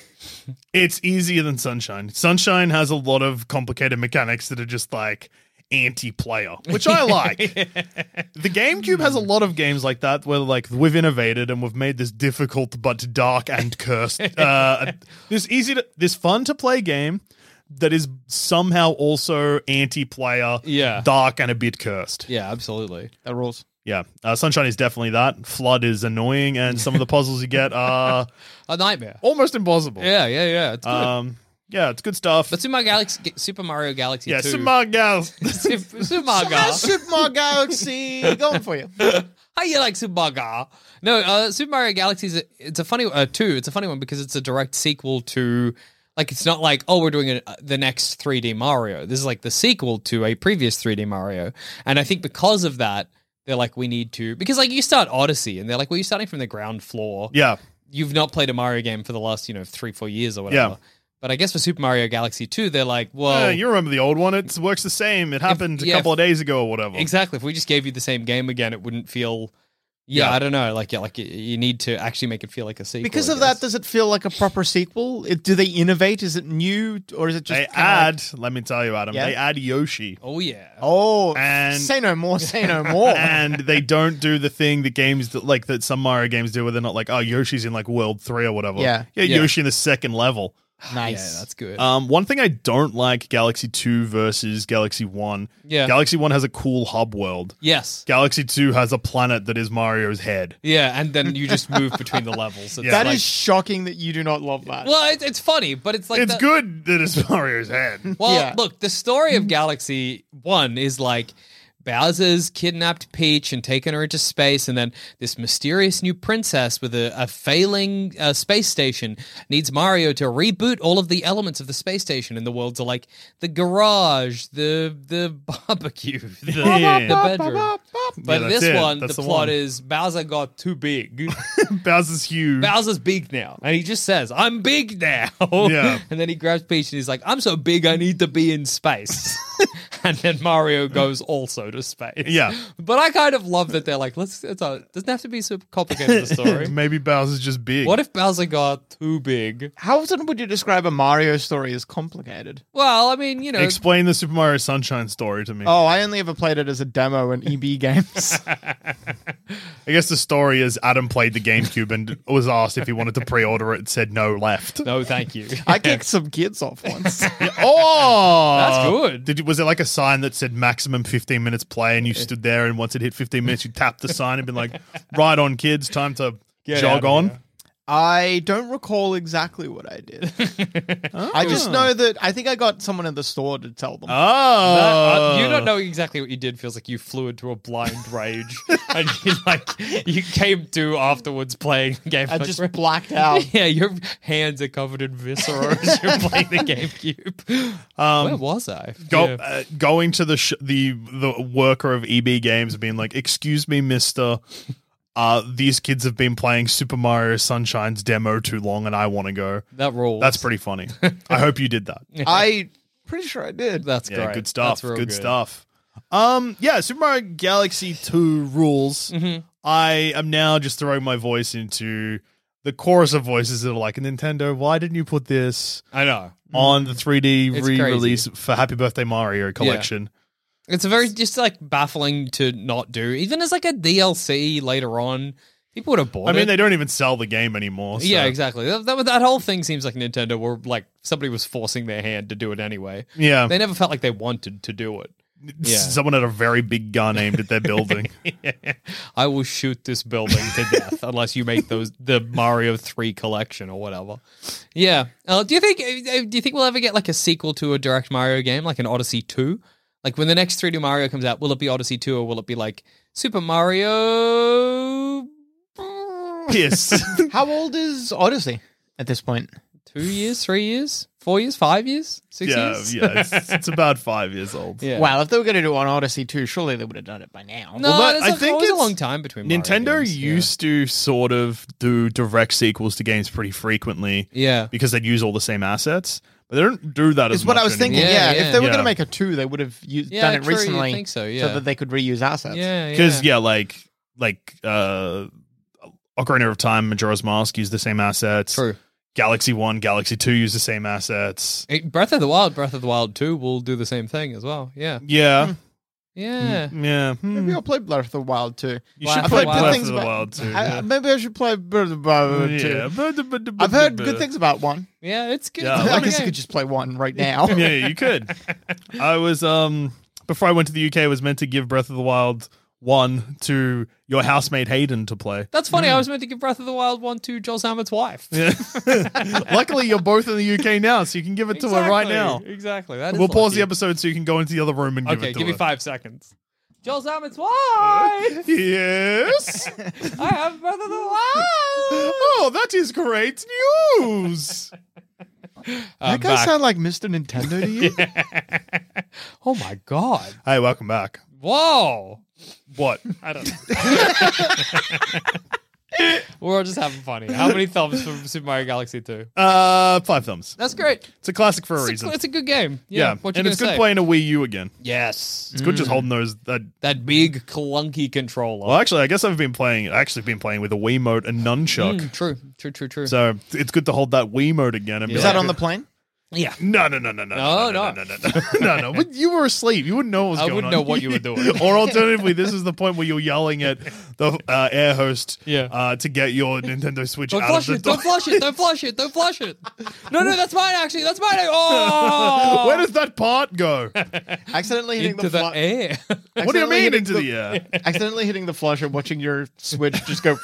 Speaker 3: It's easier than Sunshine. Sunshine has a lot of complicated mechanics that are just like anti-player, which I
Speaker 5: <laughs>
Speaker 3: like. The GameCube has a
Speaker 5: Hmm.
Speaker 3: lot of games like that where like we've innovated and we've made this difficult but dark and cursed.
Speaker 5: <laughs>
Speaker 3: Uh, this easy to this fun to play game that is somehow also anti-player,
Speaker 5: Yeah.
Speaker 3: dark and a bit cursed.
Speaker 5: yeah, absolutely.
Speaker 6: That rules.
Speaker 3: Yeah, uh, Sunshine is definitely that. Flood is annoying, and some of the puzzles you
Speaker 5: <laughs>
Speaker 3: get are
Speaker 5: A nightmare.
Speaker 3: almost impossible.
Speaker 5: Yeah, yeah, yeah. It's good.
Speaker 3: um, yeah, it's good stuff.
Speaker 5: but Super Mario Galaxy, Super Mario Galaxy
Speaker 3: yeah,
Speaker 5: 2.
Speaker 3: some more gals.
Speaker 5: Super, <laughs> Super Mario Gal-
Speaker 6: Super Mario <laughs> Galaxy going for you.
Speaker 5: How you like Super Mario? Gal? No, uh, Super Mario Galaxy is a, it's a funny uh, two. It's a funny one because it's a direct sequel to like it's not like oh we're doing a, the next 3D Mario. This is like the sequel to a previous 3D Mario, and I think because of that they're like we need to because like you start Odyssey and they're like well you're starting from the ground floor.
Speaker 3: yeah,
Speaker 5: You've not played a Mario game for the last you know three four years or whatever.
Speaker 3: Yeah.
Speaker 5: But I guess for Super Mario Galaxy two they're like well
Speaker 3: Uh, you remember the old one? It works the same. It happened
Speaker 5: Oh. yeah,
Speaker 3: a couple of days ago or whatever.
Speaker 5: Exactly. If we just gave you the same game again, it wouldn't feel. Yeah,
Speaker 3: Yeah.
Speaker 5: I don't know. Like, yeah, like y- you need to actually make it feel like a sequel.
Speaker 6: Because
Speaker 5: I
Speaker 6: of that,
Speaker 5: guess.
Speaker 6: does it feel like a proper sequel? It- do they innovate? Is it new or is it just
Speaker 3: They
Speaker 6: kinda like-
Speaker 3: add. let me tell you, Adam.
Speaker 6: Yeah?
Speaker 3: They add Yoshi,
Speaker 5: oh yeah,
Speaker 6: oh,
Speaker 3: And-
Speaker 6: say no more, say
Speaker 3: <laughs>
Speaker 6: no more.
Speaker 3: and they don't do the thing that games that like that some Mario games do, where they're not like, oh, Yoshi's in like world three or whatever.
Speaker 6: Yeah.
Speaker 3: yeah,
Speaker 5: Yeah.
Speaker 3: Yoshi in the second level.
Speaker 6: nice.
Speaker 5: Ah, yeah, that's good.
Speaker 3: Um, one thing I don't like Galaxy Two versus Galaxy One.
Speaker 5: Yeah.
Speaker 3: Galaxy One has a cool hub world.
Speaker 5: yes.
Speaker 3: Galaxy Two has a planet that is Mario's head.
Speaker 5: Yeah, and then you just move between the
Speaker 6: <laughs>
Speaker 5: levels. It's
Speaker 3: Yeah.
Speaker 6: That
Speaker 5: like-
Speaker 6: is shocking that you do not love that.
Speaker 5: well, it's, it's funny, but it's like
Speaker 3: it's
Speaker 5: that-
Speaker 3: good that it's <laughs> Mario's head.
Speaker 5: Well,
Speaker 6: Yeah.
Speaker 5: look, the story of Galaxy One is like Bowser's kidnapped Peach and taken her into space, and then this mysterious new princess with a, a failing uh, space station needs Mario to reboot all of the elements of the space station in the world to like the garage, the the <laughs> barbecue, the,
Speaker 3: Yeah.
Speaker 5: the bedroom. But
Speaker 3: Yeah,
Speaker 5: this
Speaker 3: that's it.
Speaker 5: one,
Speaker 3: That's
Speaker 5: the
Speaker 3: the
Speaker 5: plot
Speaker 3: one.
Speaker 5: is Bowser got too big. <laughs>
Speaker 3: Bowser's huge.
Speaker 5: Bowser's big now, and he just says, "I'm big now." <laughs>
Speaker 3: Yeah.
Speaker 5: And then he grabs Peach and he's like, "I'm so big, I need to be in
Speaker 3: <laughs>
Speaker 5: space." <laughs> and then Mario goes also to space.
Speaker 3: Yeah.
Speaker 5: But I kind of love that they're like, "Let's." It's a, doesn't have to be so complicated. The story.
Speaker 3: <laughs> Maybe Bowser's just big.
Speaker 5: what if Bowser got too big?
Speaker 6: How often would you describe a Mario story as complicated?
Speaker 5: Well, I mean, you know,
Speaker 3: Explain the Super Mario Sunshine story to me.
Speaker 6: Oh, I only ever played it as a demo in
Speaker 3: <laughs>
Speaker 6: EB games.
Speaker 3: I guess the story is Adam played the GameCube and <laughs> was asked if he wanted to pre-order it, and said
Speaker 5: <laughs>
Speaker 3: no, left.
Speaker 5: no, thank
Speaker 3: <laughs>
Speaker 5: you.
Speaker 6: I kicked some kids off once.
Speaker 3: Oh,
Speaker 5: That's good.
Speaker 3: Did you, was there like a sign that said maximum fifteen minutes play, and you stood
Speaker 5: <laughs>
Speaker 3: there, and once it hit fifteen minutes, you tapped the sign and been like, "Right on, kids, time to
Speaker 5: Get out
Speaker 3: jog
Speaker 5: of
Speaker 3: on."
Speaker 5: here.
Speaker 6: I don't recall exactly what I
Speaker 3: <laughs>
Speaker 6: did. I just know that I think I got someone in the store to tell them.
Speaker 3: Ah. Oh,
Speaker 5: That- uh, you don't know exactly what you did. Feels like you flew into a blind rage, <laughs> and you like you came to afterwards playing the game.
Speaker 6: I
Speaker 5: like,
Speaker 3: <laughs>
Speaker 6: just blacked out.
Speaker 5: yeah, your hands are covered in viscera as you're playing the GameCube. Where was I?
Speaker 3: Um, Go,
Speaker 5: Yeah.
Speaker 3: uh, going to the sh- the the worker of EB Games, being like, "Excuse me, Mister, uh, these kids have been playing Super Mario Sunshine's demo too long, and I want to go."
Speaker 5: that rules.
Speaker 3: That's pretty funty. I hope you did that.
Speaker 6: I pretty sure I did.
Speaker 5: That's
Speaker 3: Yeah,
Speaker 5: great.
Speaker 3: good stuff.
Speaker 5: That's real
Speaker 3: Good, stuff. Um, yeah, Super Mario Galaxy Two rules. I am now just throwing my voice into the chorus of voices that are like, "Nintendo, why didn't you put this
Speaker 5: I know.
Speaker 3: on the 3D
Speaker 5: It's
Speaker 3: re-release for Happy Birthday Mario Collection?"
Speaker 5: It's a very just like baffling to not do, even as like a DLC later on. People would have bought.
Speaker 3: I mean,
Speaker 5: it.
Speaker 3: they don't even sell the game anymore. So.
Speaker 5: Yeah, exactly. That, that, that whole thing seems like Nintendo were like somebody was forcing their hand to do it anyway.
Speaker 3: Yeah.
Speaker 5: They never felt like they wanted to do it. yeah.
Speaker 3: <laughs> Someone had a very big gun aimed at their
Speaker 5: <laughs>
Speaker 3: building.
Speaker 5: I will shoot this building to death unless you make those the Mario Three collection or whatever. Yeah. Uh, do you think? uh, Do you think we'll ever get like a sequel to a direct Mario game, like an Odyssey Two? Like when the next 3D Mario comes out, will it be Odyssey Two or will it be like Super Mario?
Speaker 3: <laughs> Pissed.
Speaker 6: How old is Odyssey at this point?
Speaker 5: Two years, three years, four years, five years, six
Speaker 3: yeah,
Speaker 5: years.
Speaker 3: yeah. It's, it's about five years old.
Speaker 5: Yeah.
Speaker 6: Wow, if they were going to do an Odyssey 2, surely they would have done it by now.
Speaker 5: No,
Speaker 3: Although,
Speaker 5: there's
Speaker 3: I
Speaker 5: I
Speaker 3: think
Speaker 5: think always a
Speaker 3: it's-
Speaker 5: long time between Mario
Speaker 3: Nintendo
Speaker 5: games, yeah.
Speaker 3: used to sort of do direct sequels to games pretty frequently
Speaker 5: Yeah.
Speaker 3: because they'd use all the same assets, but they don't do that as
Speaker 6: Is what
Speaker 3: much
Speaker 6: I was thinking.
Speaker 3: anymore.
Speaker 6: Yeah,
Speaker 5: Yeah, yeah.
Speaker 6: if they were
Speaker 3: Yeah.
Speaker 6: going to make a 2, they would have used,
Speaker 5: Yeah,
Speaker 6: done it
Speaker 5: true, you'd
Speaker 6: recently
Speaker 5: think so, yeah.
Speaker 6: that they could reuse assets.
Speaker 5: Yeah,
Speaker 3: Because,
Speaker 5: yeah.
Speaker 3: yeah. like, like, uh, Ocarina of Time, Majora's Mask use the same assets.
Speaker 5: True.
Speaker 3: Galaxy 1, Galaxy 2 use the same assets.
Speaker 5: Eh, Breath of the Wild, Breath of the Wild 2 will do the same thing as well.
Speaker 3: Hmm.
Speaker 5: Yeah.
Speaker 3: Yeah.
Speaker 5: Yeah.
Speaker 3: Yeah. hmm.
Speaker 6: Maybe I'll play Breath of the Wild too.
Speaker 3: You should
Speaker 5: I've
Speaker 3: play
Speaker 5: heard good
Speaker 3: Breath
Speaker 5: things
Speaker 3: of the
Speaker 6: about-
Speaker 3: Wild too.
Speaker 6: I-
Speaker 3: yeah.
Speaker 6: Maybe I should play Breath of the Wild
Speaker 3: Yeah.
Speaker 6: too.
Speaker 3: I've
Speaker 6: I've heard good things about one.
Speaker 5: Yeah, it's good.
Speaker 3: Yeah,
Speaker 5: It's a
Speaker 6: <laughs> I
Speaker 5: good
Speaker 6: guess you
Speaker 5: game.
Speaker 6: could just play one right now.
Speaker 3: <laughs> yeah, you could. I was um before I went to the UK, I was meant to give Breath of the Wild one to your housemate Hayden to play.
Speaker 5: That's funny. I was meant to give Breath of the Wild 1 to Joel Sammet's wife.
Speaker 3: <laughs> Luckily, you're both in the UK now, so you can give it to her right
Speaker 5: Exactly,
Speaker 3: now.
Speaker 5: Exactly. That is
Speaker 3: We'll pause the
Speaker 5: lucky.
Speaker 3: episode so you can go into the other room and give
Speaker 5: Okay,
Speaker 3: it to
Speaker 5: give
Speaker 3: her.
Speaker 5: me five seconds. Joel Sammet's wife!
Speaker 3: <laughs> Yes.
Speaker 5: I
Speaker 3: Ah!
Speaker 5: have Breath of the
Speaker 3: <laughs>
Speaker 5: Wild!
Speaker 3: oh, that is great <laughs> news.
Speaker 6: that guy sound like Mr. Nintendo to you?
Speaker 5: Oh my god.
Speaker 3: hey, welcome back.
Speaker 5: Whoa!
Speaker 3: What?
Speaker 5: I don't know. We're all just having fun here. How
Speaker 3: <laughs>
Speaker 5: many thumbs from Super Mario Galaxy 2?
Speaker 3: Uh, five thumbs.
Speaker 5: That's great.
Speaker 3: It's a classic for a
Speaker 5: It's
Speaker 3: reason.
Speaker 5: a, it's a good game. Yeah.
Speaker 3: yeah,
Speaker 5: What you
Speaker 3: and it's
Speaker 5: gonna say? Mm.
Speaker 3: good playing a Wii U again.
Speaker 5: Yes.
Speaker 3: It's good just holding those that
Speaker 5: That big clunky controller.
Speaker 3: Well, actually, I guess I've been playing. I actually been playing with a Wiimote and nunchuck,
Speaker 5: Mm, true. True. True. True.
Speaker 3: so it's good to hold that Wiimote again. And be
Speaker 6: Is that
Speaker 3: like,
Speaker 6: on the plane?
Speaker 5: yeah.
Speaker 3: No, no, no, no, no,
Speaker 5: No,
Speaker 3: no,
Speaker 5: no.
Speaker 3: no, no, no, no, no. But You were asleep. You wouldn't know what was
Speaker 5: I
Speaker 3: going
Speaker 5: wouldn't
Speaker 3: on.
Speaker 5: know what you were doing.
Speaker 3: <laughs> or alternatively, this is the point where you're yelling at the uh, air host
Speaker 5: Yeah.
Speaker 3: uh, to get your Nintendo Switch
Speaker 5: Don't
Speaker 3: out
Speaker 5: flush
Speaker 3: of the
Speaker 5: it. Don't flush it. Don't flush it. Don't flush it. No, no, that's mine. Actually, that's mine. Oh,
Speaker 3: <laughs> Where does that
Speaker 5: <laughs>
Speaker 3: part go?
Speaker 6: Accidentally hitting
Speaker 5: into
Speaker 6: the,
Speaker 5: the
Speaker 6: flu-
Speaker 5: air? <laughs>
Speaker 3: What do you
Speaker 6: accidentally
Speaker 3: mean
Speaker 6: hitting
Speaker 3: into the air?
Speaker 6: accidentally hitting the flush and watching your switch just go.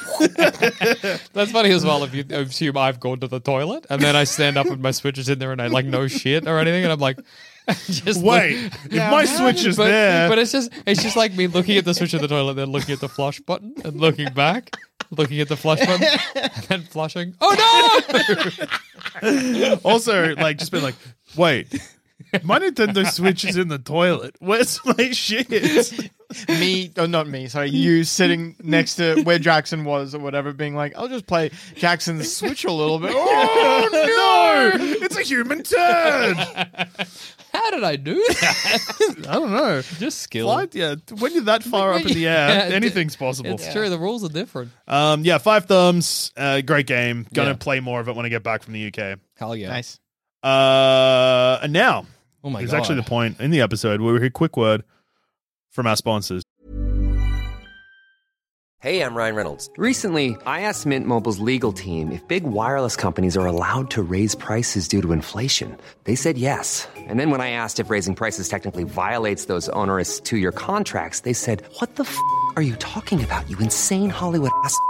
Speaker 5: that's funny as well. If you assume I've gone to the toilet and then I stand up and my switch is in there and I like no shit or anything and I'm like, <laughs> just look-
Speaker 3: Wait,
Speaker 5: <laughs>
Speaker 3: if my Switch is
Speaker 5: but,
Speaker 3: there,
Speaker 5: But it's just it's just like me looking at the switch of the toilet, then looking at the flush button and looking back, looking at the flush button, and then flushing. Oh <laughs> no!
Speaker 3: also like just been like, wait. My Nintendo Switch is in the toilet. Where's
Speaker 5: <laughs>
Speaker 3: my shit?
Speaker 6: me, oh, not me, sorry, you sitting next to where Jackson was or whatever, being like, I'll just play Jackson's Switch a little <laughs> bit.
Speaker 3: Oh no! It's a human turd.
Speaker 5: How did I do that?
Speaker 3: I don't know.
Speaker 5: just skill.
Speaker 3: Fly, yeah, when you're that far up in the air,
Speaker 5: Yeah,
Speaker 3: anything's possible.
Speaker 5: It's true. The rules are different.
Speaker 3: Um, yeah, five thumbs. Uh, great game. Gonna
Speaker 5: Yeah.
Speaker 3: play more of it when I get back from the UK.
Speaker 5: Hell yeah!
Speaker 6: Nice.
Speaker 3: Uh, and now
Speaker 5: Oh my
Speaker 3: is
Speaker 5: god!
Speaker 3: actually the point in the episode where we hear a quick word from our sponsors.
Speaker 7: Hey, I'm Ryan Reynolds. Recently, I asked Mint Mobile's legal team if big wireless companies are allowed to raise prices due to inflation. They said yes. And then when I asked if raising prices technically violates those onerous two year contracts, they said, What the f are you talking about, you insane Hollywood ass? f-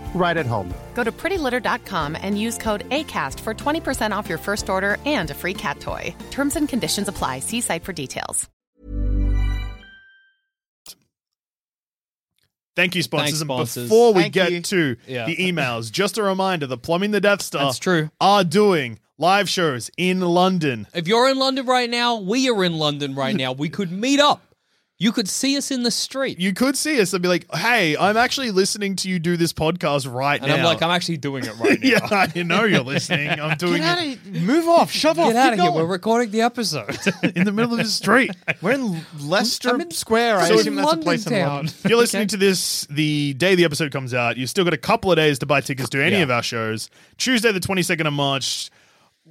Speaker 8: right at home.
Speaker 9: Go to prettylitter.com and use code ACAST for 20% off your first order and a free cat toy. Terms and conditions apply. See site for details.
Speaker 3: Thank you, sponsors.
Speaker 5: Thanks,
Speaker 3: and
Speaker 5: sponsors.
Speaker 3: before we
Speaker 6: Thank
Speaker 3: get
Speaker 6: you.
Speaker 3: to
Speaker 5: Yeah.
Speaker 3: the emails, just a reminder: the Plumbing the Death Star
Speaker 5: That's true.
Speaker 3: are doing live shows in London.
Speaker 5: If you're in London right now, we are in London right now. We could meet up. You could see us in the street.
Speaker 3: You could see us and be like, "Hey, I'm actually listening to you do this podcast right
Speaker 5: and
Speaker 3: now."
Speaker 5: I'm like, I'm actually doing it right now.
Speaker 3: <laughs> yeah, I know you're listening. I'm doing
Speaker 6: Get
Speaker 3: it
Speaker 6: out of Move
Speaker 3: <laughs>
Speaker 6: off. Shove off.
Speaker 5: Get out of
Speaker 6: keep
Speaker 5: here.
Speaker 6: going.
Speaker 5: We're recording the <laughs> episode.
Speaker 3: in the middle of
Speaker 6: <laughs>
Speaker 3: the street.
Speaker 6: We're in Leicester
Speaker 5: I'm in-
Speaker 6: Square. I
Speaker 5: So
Speaker 6: assume that's a place in London.
Speaker 3: If you're listening to this the day the episode comes out, you've still got a couple of days to buy tickets to any
Speaker 5: Yeah.
Speaker 3: of our shows. Tuesday, the 22nd of March,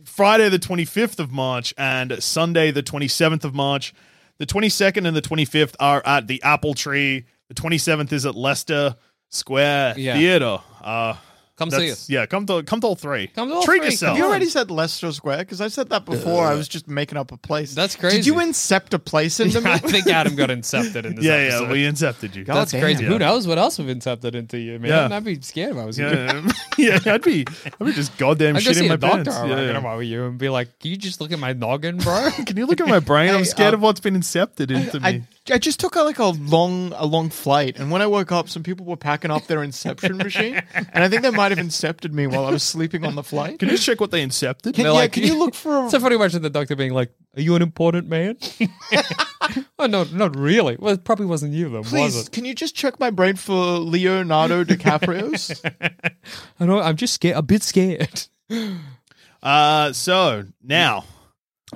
Speaker 3: Friday, the 25th of March, and Sunday, the 27th of March. The 22nd and the 25th are at the Apple Tree. The 27th is at Leicester Square
Speaker 5: Yeah.
Speaker 3: Theatre. Uh,
Speaker 5: Come see
Speaker 3: that's-
Speaker 5: us.
Speaker 3: Yeah, come to come to all three.
Speaker 5: Come to all
Speaker 3: Treat
Speaker 5: three.
Speaker 3: yourself.
Speaker 6: Have you already said Leicester Square? Because I said that before. I was just making up a place.
Speaker 5: That's
Speaker 6: Did you
Speaker 5: crazy.
Speaker 6: incept a place into me?
Speaker 5: I think Adam got incepted in this
Speaker 3: yeah,
Speaker 5: episode. Oh,
Speaker 3: yeah, we incepted you.
Speaker 5: That's crazy.
Speaker 3: Yeah.
Speaker 5: Who knows what else we've incepted into you, man?
Speaker 3: Yeah.
Speaker 5: I'd be scared if I was you.
Speaker 3: Yeah, <laughs> yeah, I'd be, I'd be just goddamn
Speaker 5: I'd go
Speaker 3: shit in
Speaker 5: see
Speaker 3: my
Speaker 5: a doctor
Speaker 3: pants.
Speaker 5: I
Speaker 3: Yeah,
Speaker 5: reckon,
Speaker 3: yeah.
Speaker 5: if I were you and be like, can you just look at my noggin,
Speaker 3: <laughs>
Speaker 5: bro?
Speaker 3: Can you look at my brain? I'm
Speaker 6: Hey,
Speaker 5: um,
Speaker 3: scared
Speaker 6: uh,
Speaker 3: of what's been incepted into me.
Speaker 6: I, I just took a, like a long a long flight, and when I woke up, some people were packing up their inception machine, and I think they might have incepted me while I was sleeping on the flight.
Speaker 3: Can you check what they incepted?
Speaker 6: Can-
Speaker 5: They're
Speaker 6: yeah, can you look for a-
Speaker 5: It's so funny watching the doctor being like, are you an important man? <laughs> oh, no, not really. Well, it probably wasn't you, then, was
Speaker 6: Please,
Speaker 5: it?
Speaker 6: can you just check my brain for Leonardo DiCaprio's?
Speaker 5: I know, I'm just scared, a bit scared.
Speaker 3: Uh, so now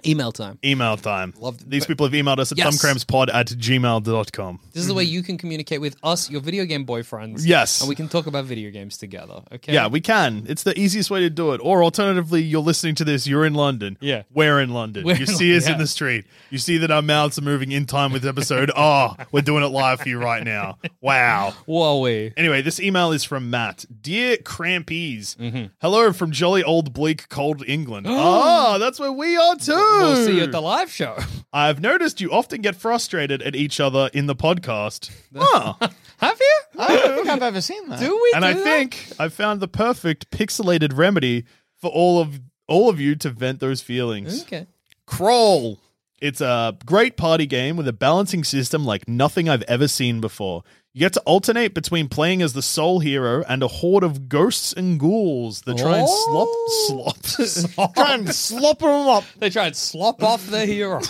Speaker 5: Email time.
Speaker 3: email time.
Speaker 5: Love-
Speaker 3: These people have emailed us at
Speaker 5: Yes.
Speaker 3: thumbcrampspod at gmail.com.
Speaker 5: This is the way you can communicate with us, your video game boyfriends.
Speaker 3: Yes.
Speaker 5: And we can talk about video games together. Okay.
Speaker 3: Yeah, we can. It's the easiest way to do it. Or alternatively, you're listening to this, you're in London.
Speaker 5: Yeah.
Speaker 3: We're in London.
Speaker 5: We're
Speaker 3: you
Speaker 5: in
Speaker 3: see
Speaker 5: London,
Speaker 3: us in
Speaker 5: yeah.
Speaker 3: the street. You see that our mouths are moving in time with the episode. <laughs> oh, we're doing it live for you right now. Wow.
Speaker 5: Whoa, we.
Speaker 3: Anyway, this email is from Matt. Dear Crampies,
Speaker 5: Mm-hmm.
Speaker 3: hello from jolly old bleak cold
Speaker 5: <gasps>
Speaker 3: England. Ah, that's where we are too.
Speaker 5: We'll see you at the live show.
Speaker 3: I've noticed you often get frustrated at each other in
Speaker 5: <laughs>
Speaker 3: the podcast. Ah,
Speaker 5: Have you?
Speaker 6: I don't think I've ever seen that.
Speaker 5: Do we?
Speaker 3: <laughs> and
Speaker 5: do
Speaker 3: I
Speaker 5: that?
Speaker 3: think I found the perfect pixelated remedy for all of all of you to vent those feelings.
Speaker 5: Okay.
Speaker 3: Crawl. It's a great party game with a balancing system like nothing I've ever seen before. You get to alternate between playing as the sole hero and a horde of ghosts and ghouls that try and slop,
Speaker 5: Oh.
Speaker 3: slop, slop.
Speaker 6: Try and <laughs> slop them up.
Speaker 5: They try and slop off the hero.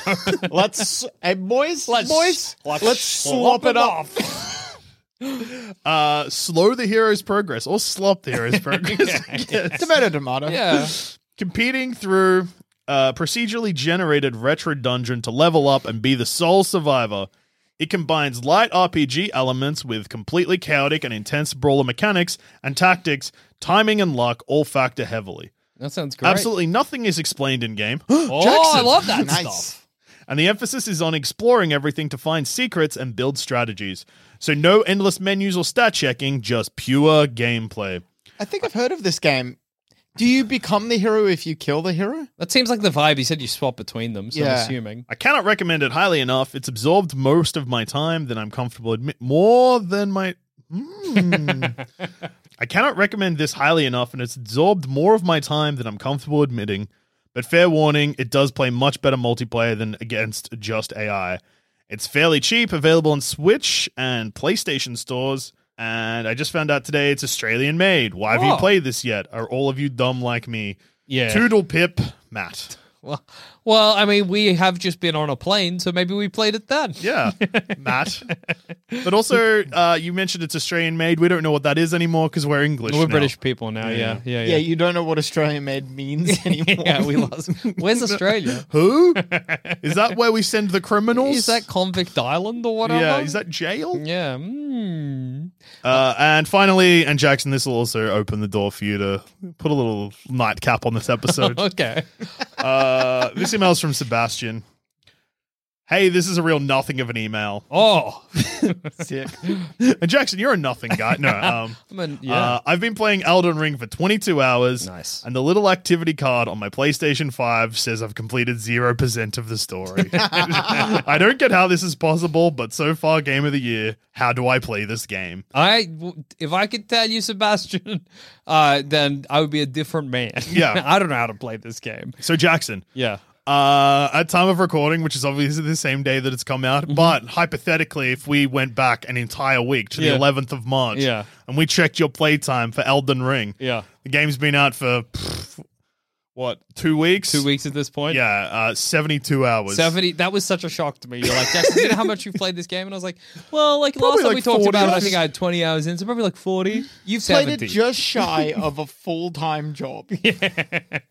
Speaker 6: Let's, hey boys,
Speaker 5: Let's-
Speaker 6: boys,
Speaker 5: let's
Speaker 6: let's,
Speaker 5: slop
Speaker 6: slop,
Speaker 5: it
Speaker 6: it <laughs> off.
Speaker 3: Uh, slow the hero's progress or slop the hero's progress. I guess.
Speaker 6: tomato, tomato.
Speaker 5: yeah.
Speaker 3: competing through a procedurally generated retro dungeon to level up and be the sole survivor. It combines light RPG elements with completely chaotic and intense brawler mechanics and tactics, timing and luck all factor heavily.
Speaker 5: That sounds great.
Speaker 3: Absolutely nothing is explained
Speaker 5: <gasps>
Speaker 3: in game,
Speaker 5: Oh, I love that stuff.
Speaker 3: and the emphasis is on exploring everything to find secrets and build strategies. So, no endless menus or stat checking, just pure gameplay.
Speaker 6: I think I've heard of this game. Do you become the hero if you kill the hero?
Speaker 5: That seems like the vibe. You said you swap between them, so I'm
Speaker 6: Yeah.
Speaker 5: assuming.
Speaker 3: I cannot recommend it highly enough. It's absorbed most of my time than I'm comfortable admit more than my. Mm. <laughs> I cannot recommend this highly enough, and it's absorbed more of my time than I'm comfortable admitting. But fair warning, it does play much better multiplayer than against just AI. It's fairly cheap, available on Switch and PlayStation stores. And I just found out today it's Australian made. Why have you
Speaker 5: Oh.
Speaker 3: played this yet? Are all of you dumb like me?
Speaker 5: Yeah.
Speaker 3: Toodle pip, Matt.
Speaker 5: Well, well, I mean, we have just been on a plane, so maybe we played it then. <laughs>
Speaker 3: Yeah, Matt. But also, uh, you mentioned it's Australian made. We don't know what that is anymore because we're English.
Speaker 5: We're
Speaker 3: now.
Speaker 5: British people now. Yeah, yeah, yeah.
Speaker 6: Yeah, you don't know what Australian made means anymore.
Speaker 5: <laughs> Yeah, we lost.
Speaker 6: <laughs>
Speaker 5: Where's Australia?
Speaker 3: Who? Is that where we send the criminals?
Speaker 5: Is that Convict Island or whatever?
Speaker 3: yeah, is that jail?
Speaker 5: Yeah.
Speaker 3: <laughs>
Speaker 5: Mm.
Speaker 3: Uh, and finally, and Jackson, this will also open the door for you to put a little nightcap on this episode.
Speaker 5: <laughs> Okay.
Speaker 3: uh, this email's from Sebastian. Hey, this is a real nothing of an email.
Speaker 5: Oh,
Speaker 6: Sick.
Speaker 3: And Jackson, you're a nothing guy.
Speaker 5: <laughs>
Speaker 3: No, um,
Speaker 5: I'm a- yeah.
Speaker 3: uh, I've been playing Elden Ring for 22 hours.
Speaker 5: Nice.
Speaker 3: And the little activity card on my PlayStation 5 says I've completed 0% of
Speaker 5: <laughs>
Speaker 3: the story. <laughs> I don't get how this is possible, but so far, game of the year. How do I play this game?
Speaker 5: I w- if I could tell you, Sebastian, <laughs> uh, then I would be a different man.
Speaker 3: Yeah.
Speaker 5: <laughs> I don't know how to play this game.
Speaker 3: So, Jackson,
Speaker 5: Yeah.
Speaker 3: Uh, at time of recording, which is obviously the same day that it's come out,
Speaker 5: Mm-hmm.
Speaker 3: but hypothetically, if we went back an entire week to
Speaker 5: Yeah.
Speaker 3: the 11th of March,
Speaker 5: Yeah.
Speaker 3: and we checked your playtime for Elden Ring,
Speaker 5: Yeah.
Speaker 3: the game's been out for pff, what two weeks?
Speaker 5: Two weeks at this point.
Speaker 3: Yeah, uh, 72 hours.
Speaker 5: 70 that was such a shock to me you're like Jackson, do you know how much you've played this game and i was like well like
Speaker 3: Probably
Speaker 5: last time
Speaker 3: like
Speaker 5: we talked
Speaker 3: 40
Speaker 5: about it i
Speaker 3: hours.
Speaker 5: think i had 20 hours in so probably like 40
Speaker 6: You've played
Speaker 5: 70.
Speaker 6: it
Speaker 5: <laughs>
Speaker 6: just shy of a full time job.
Speaker 5: I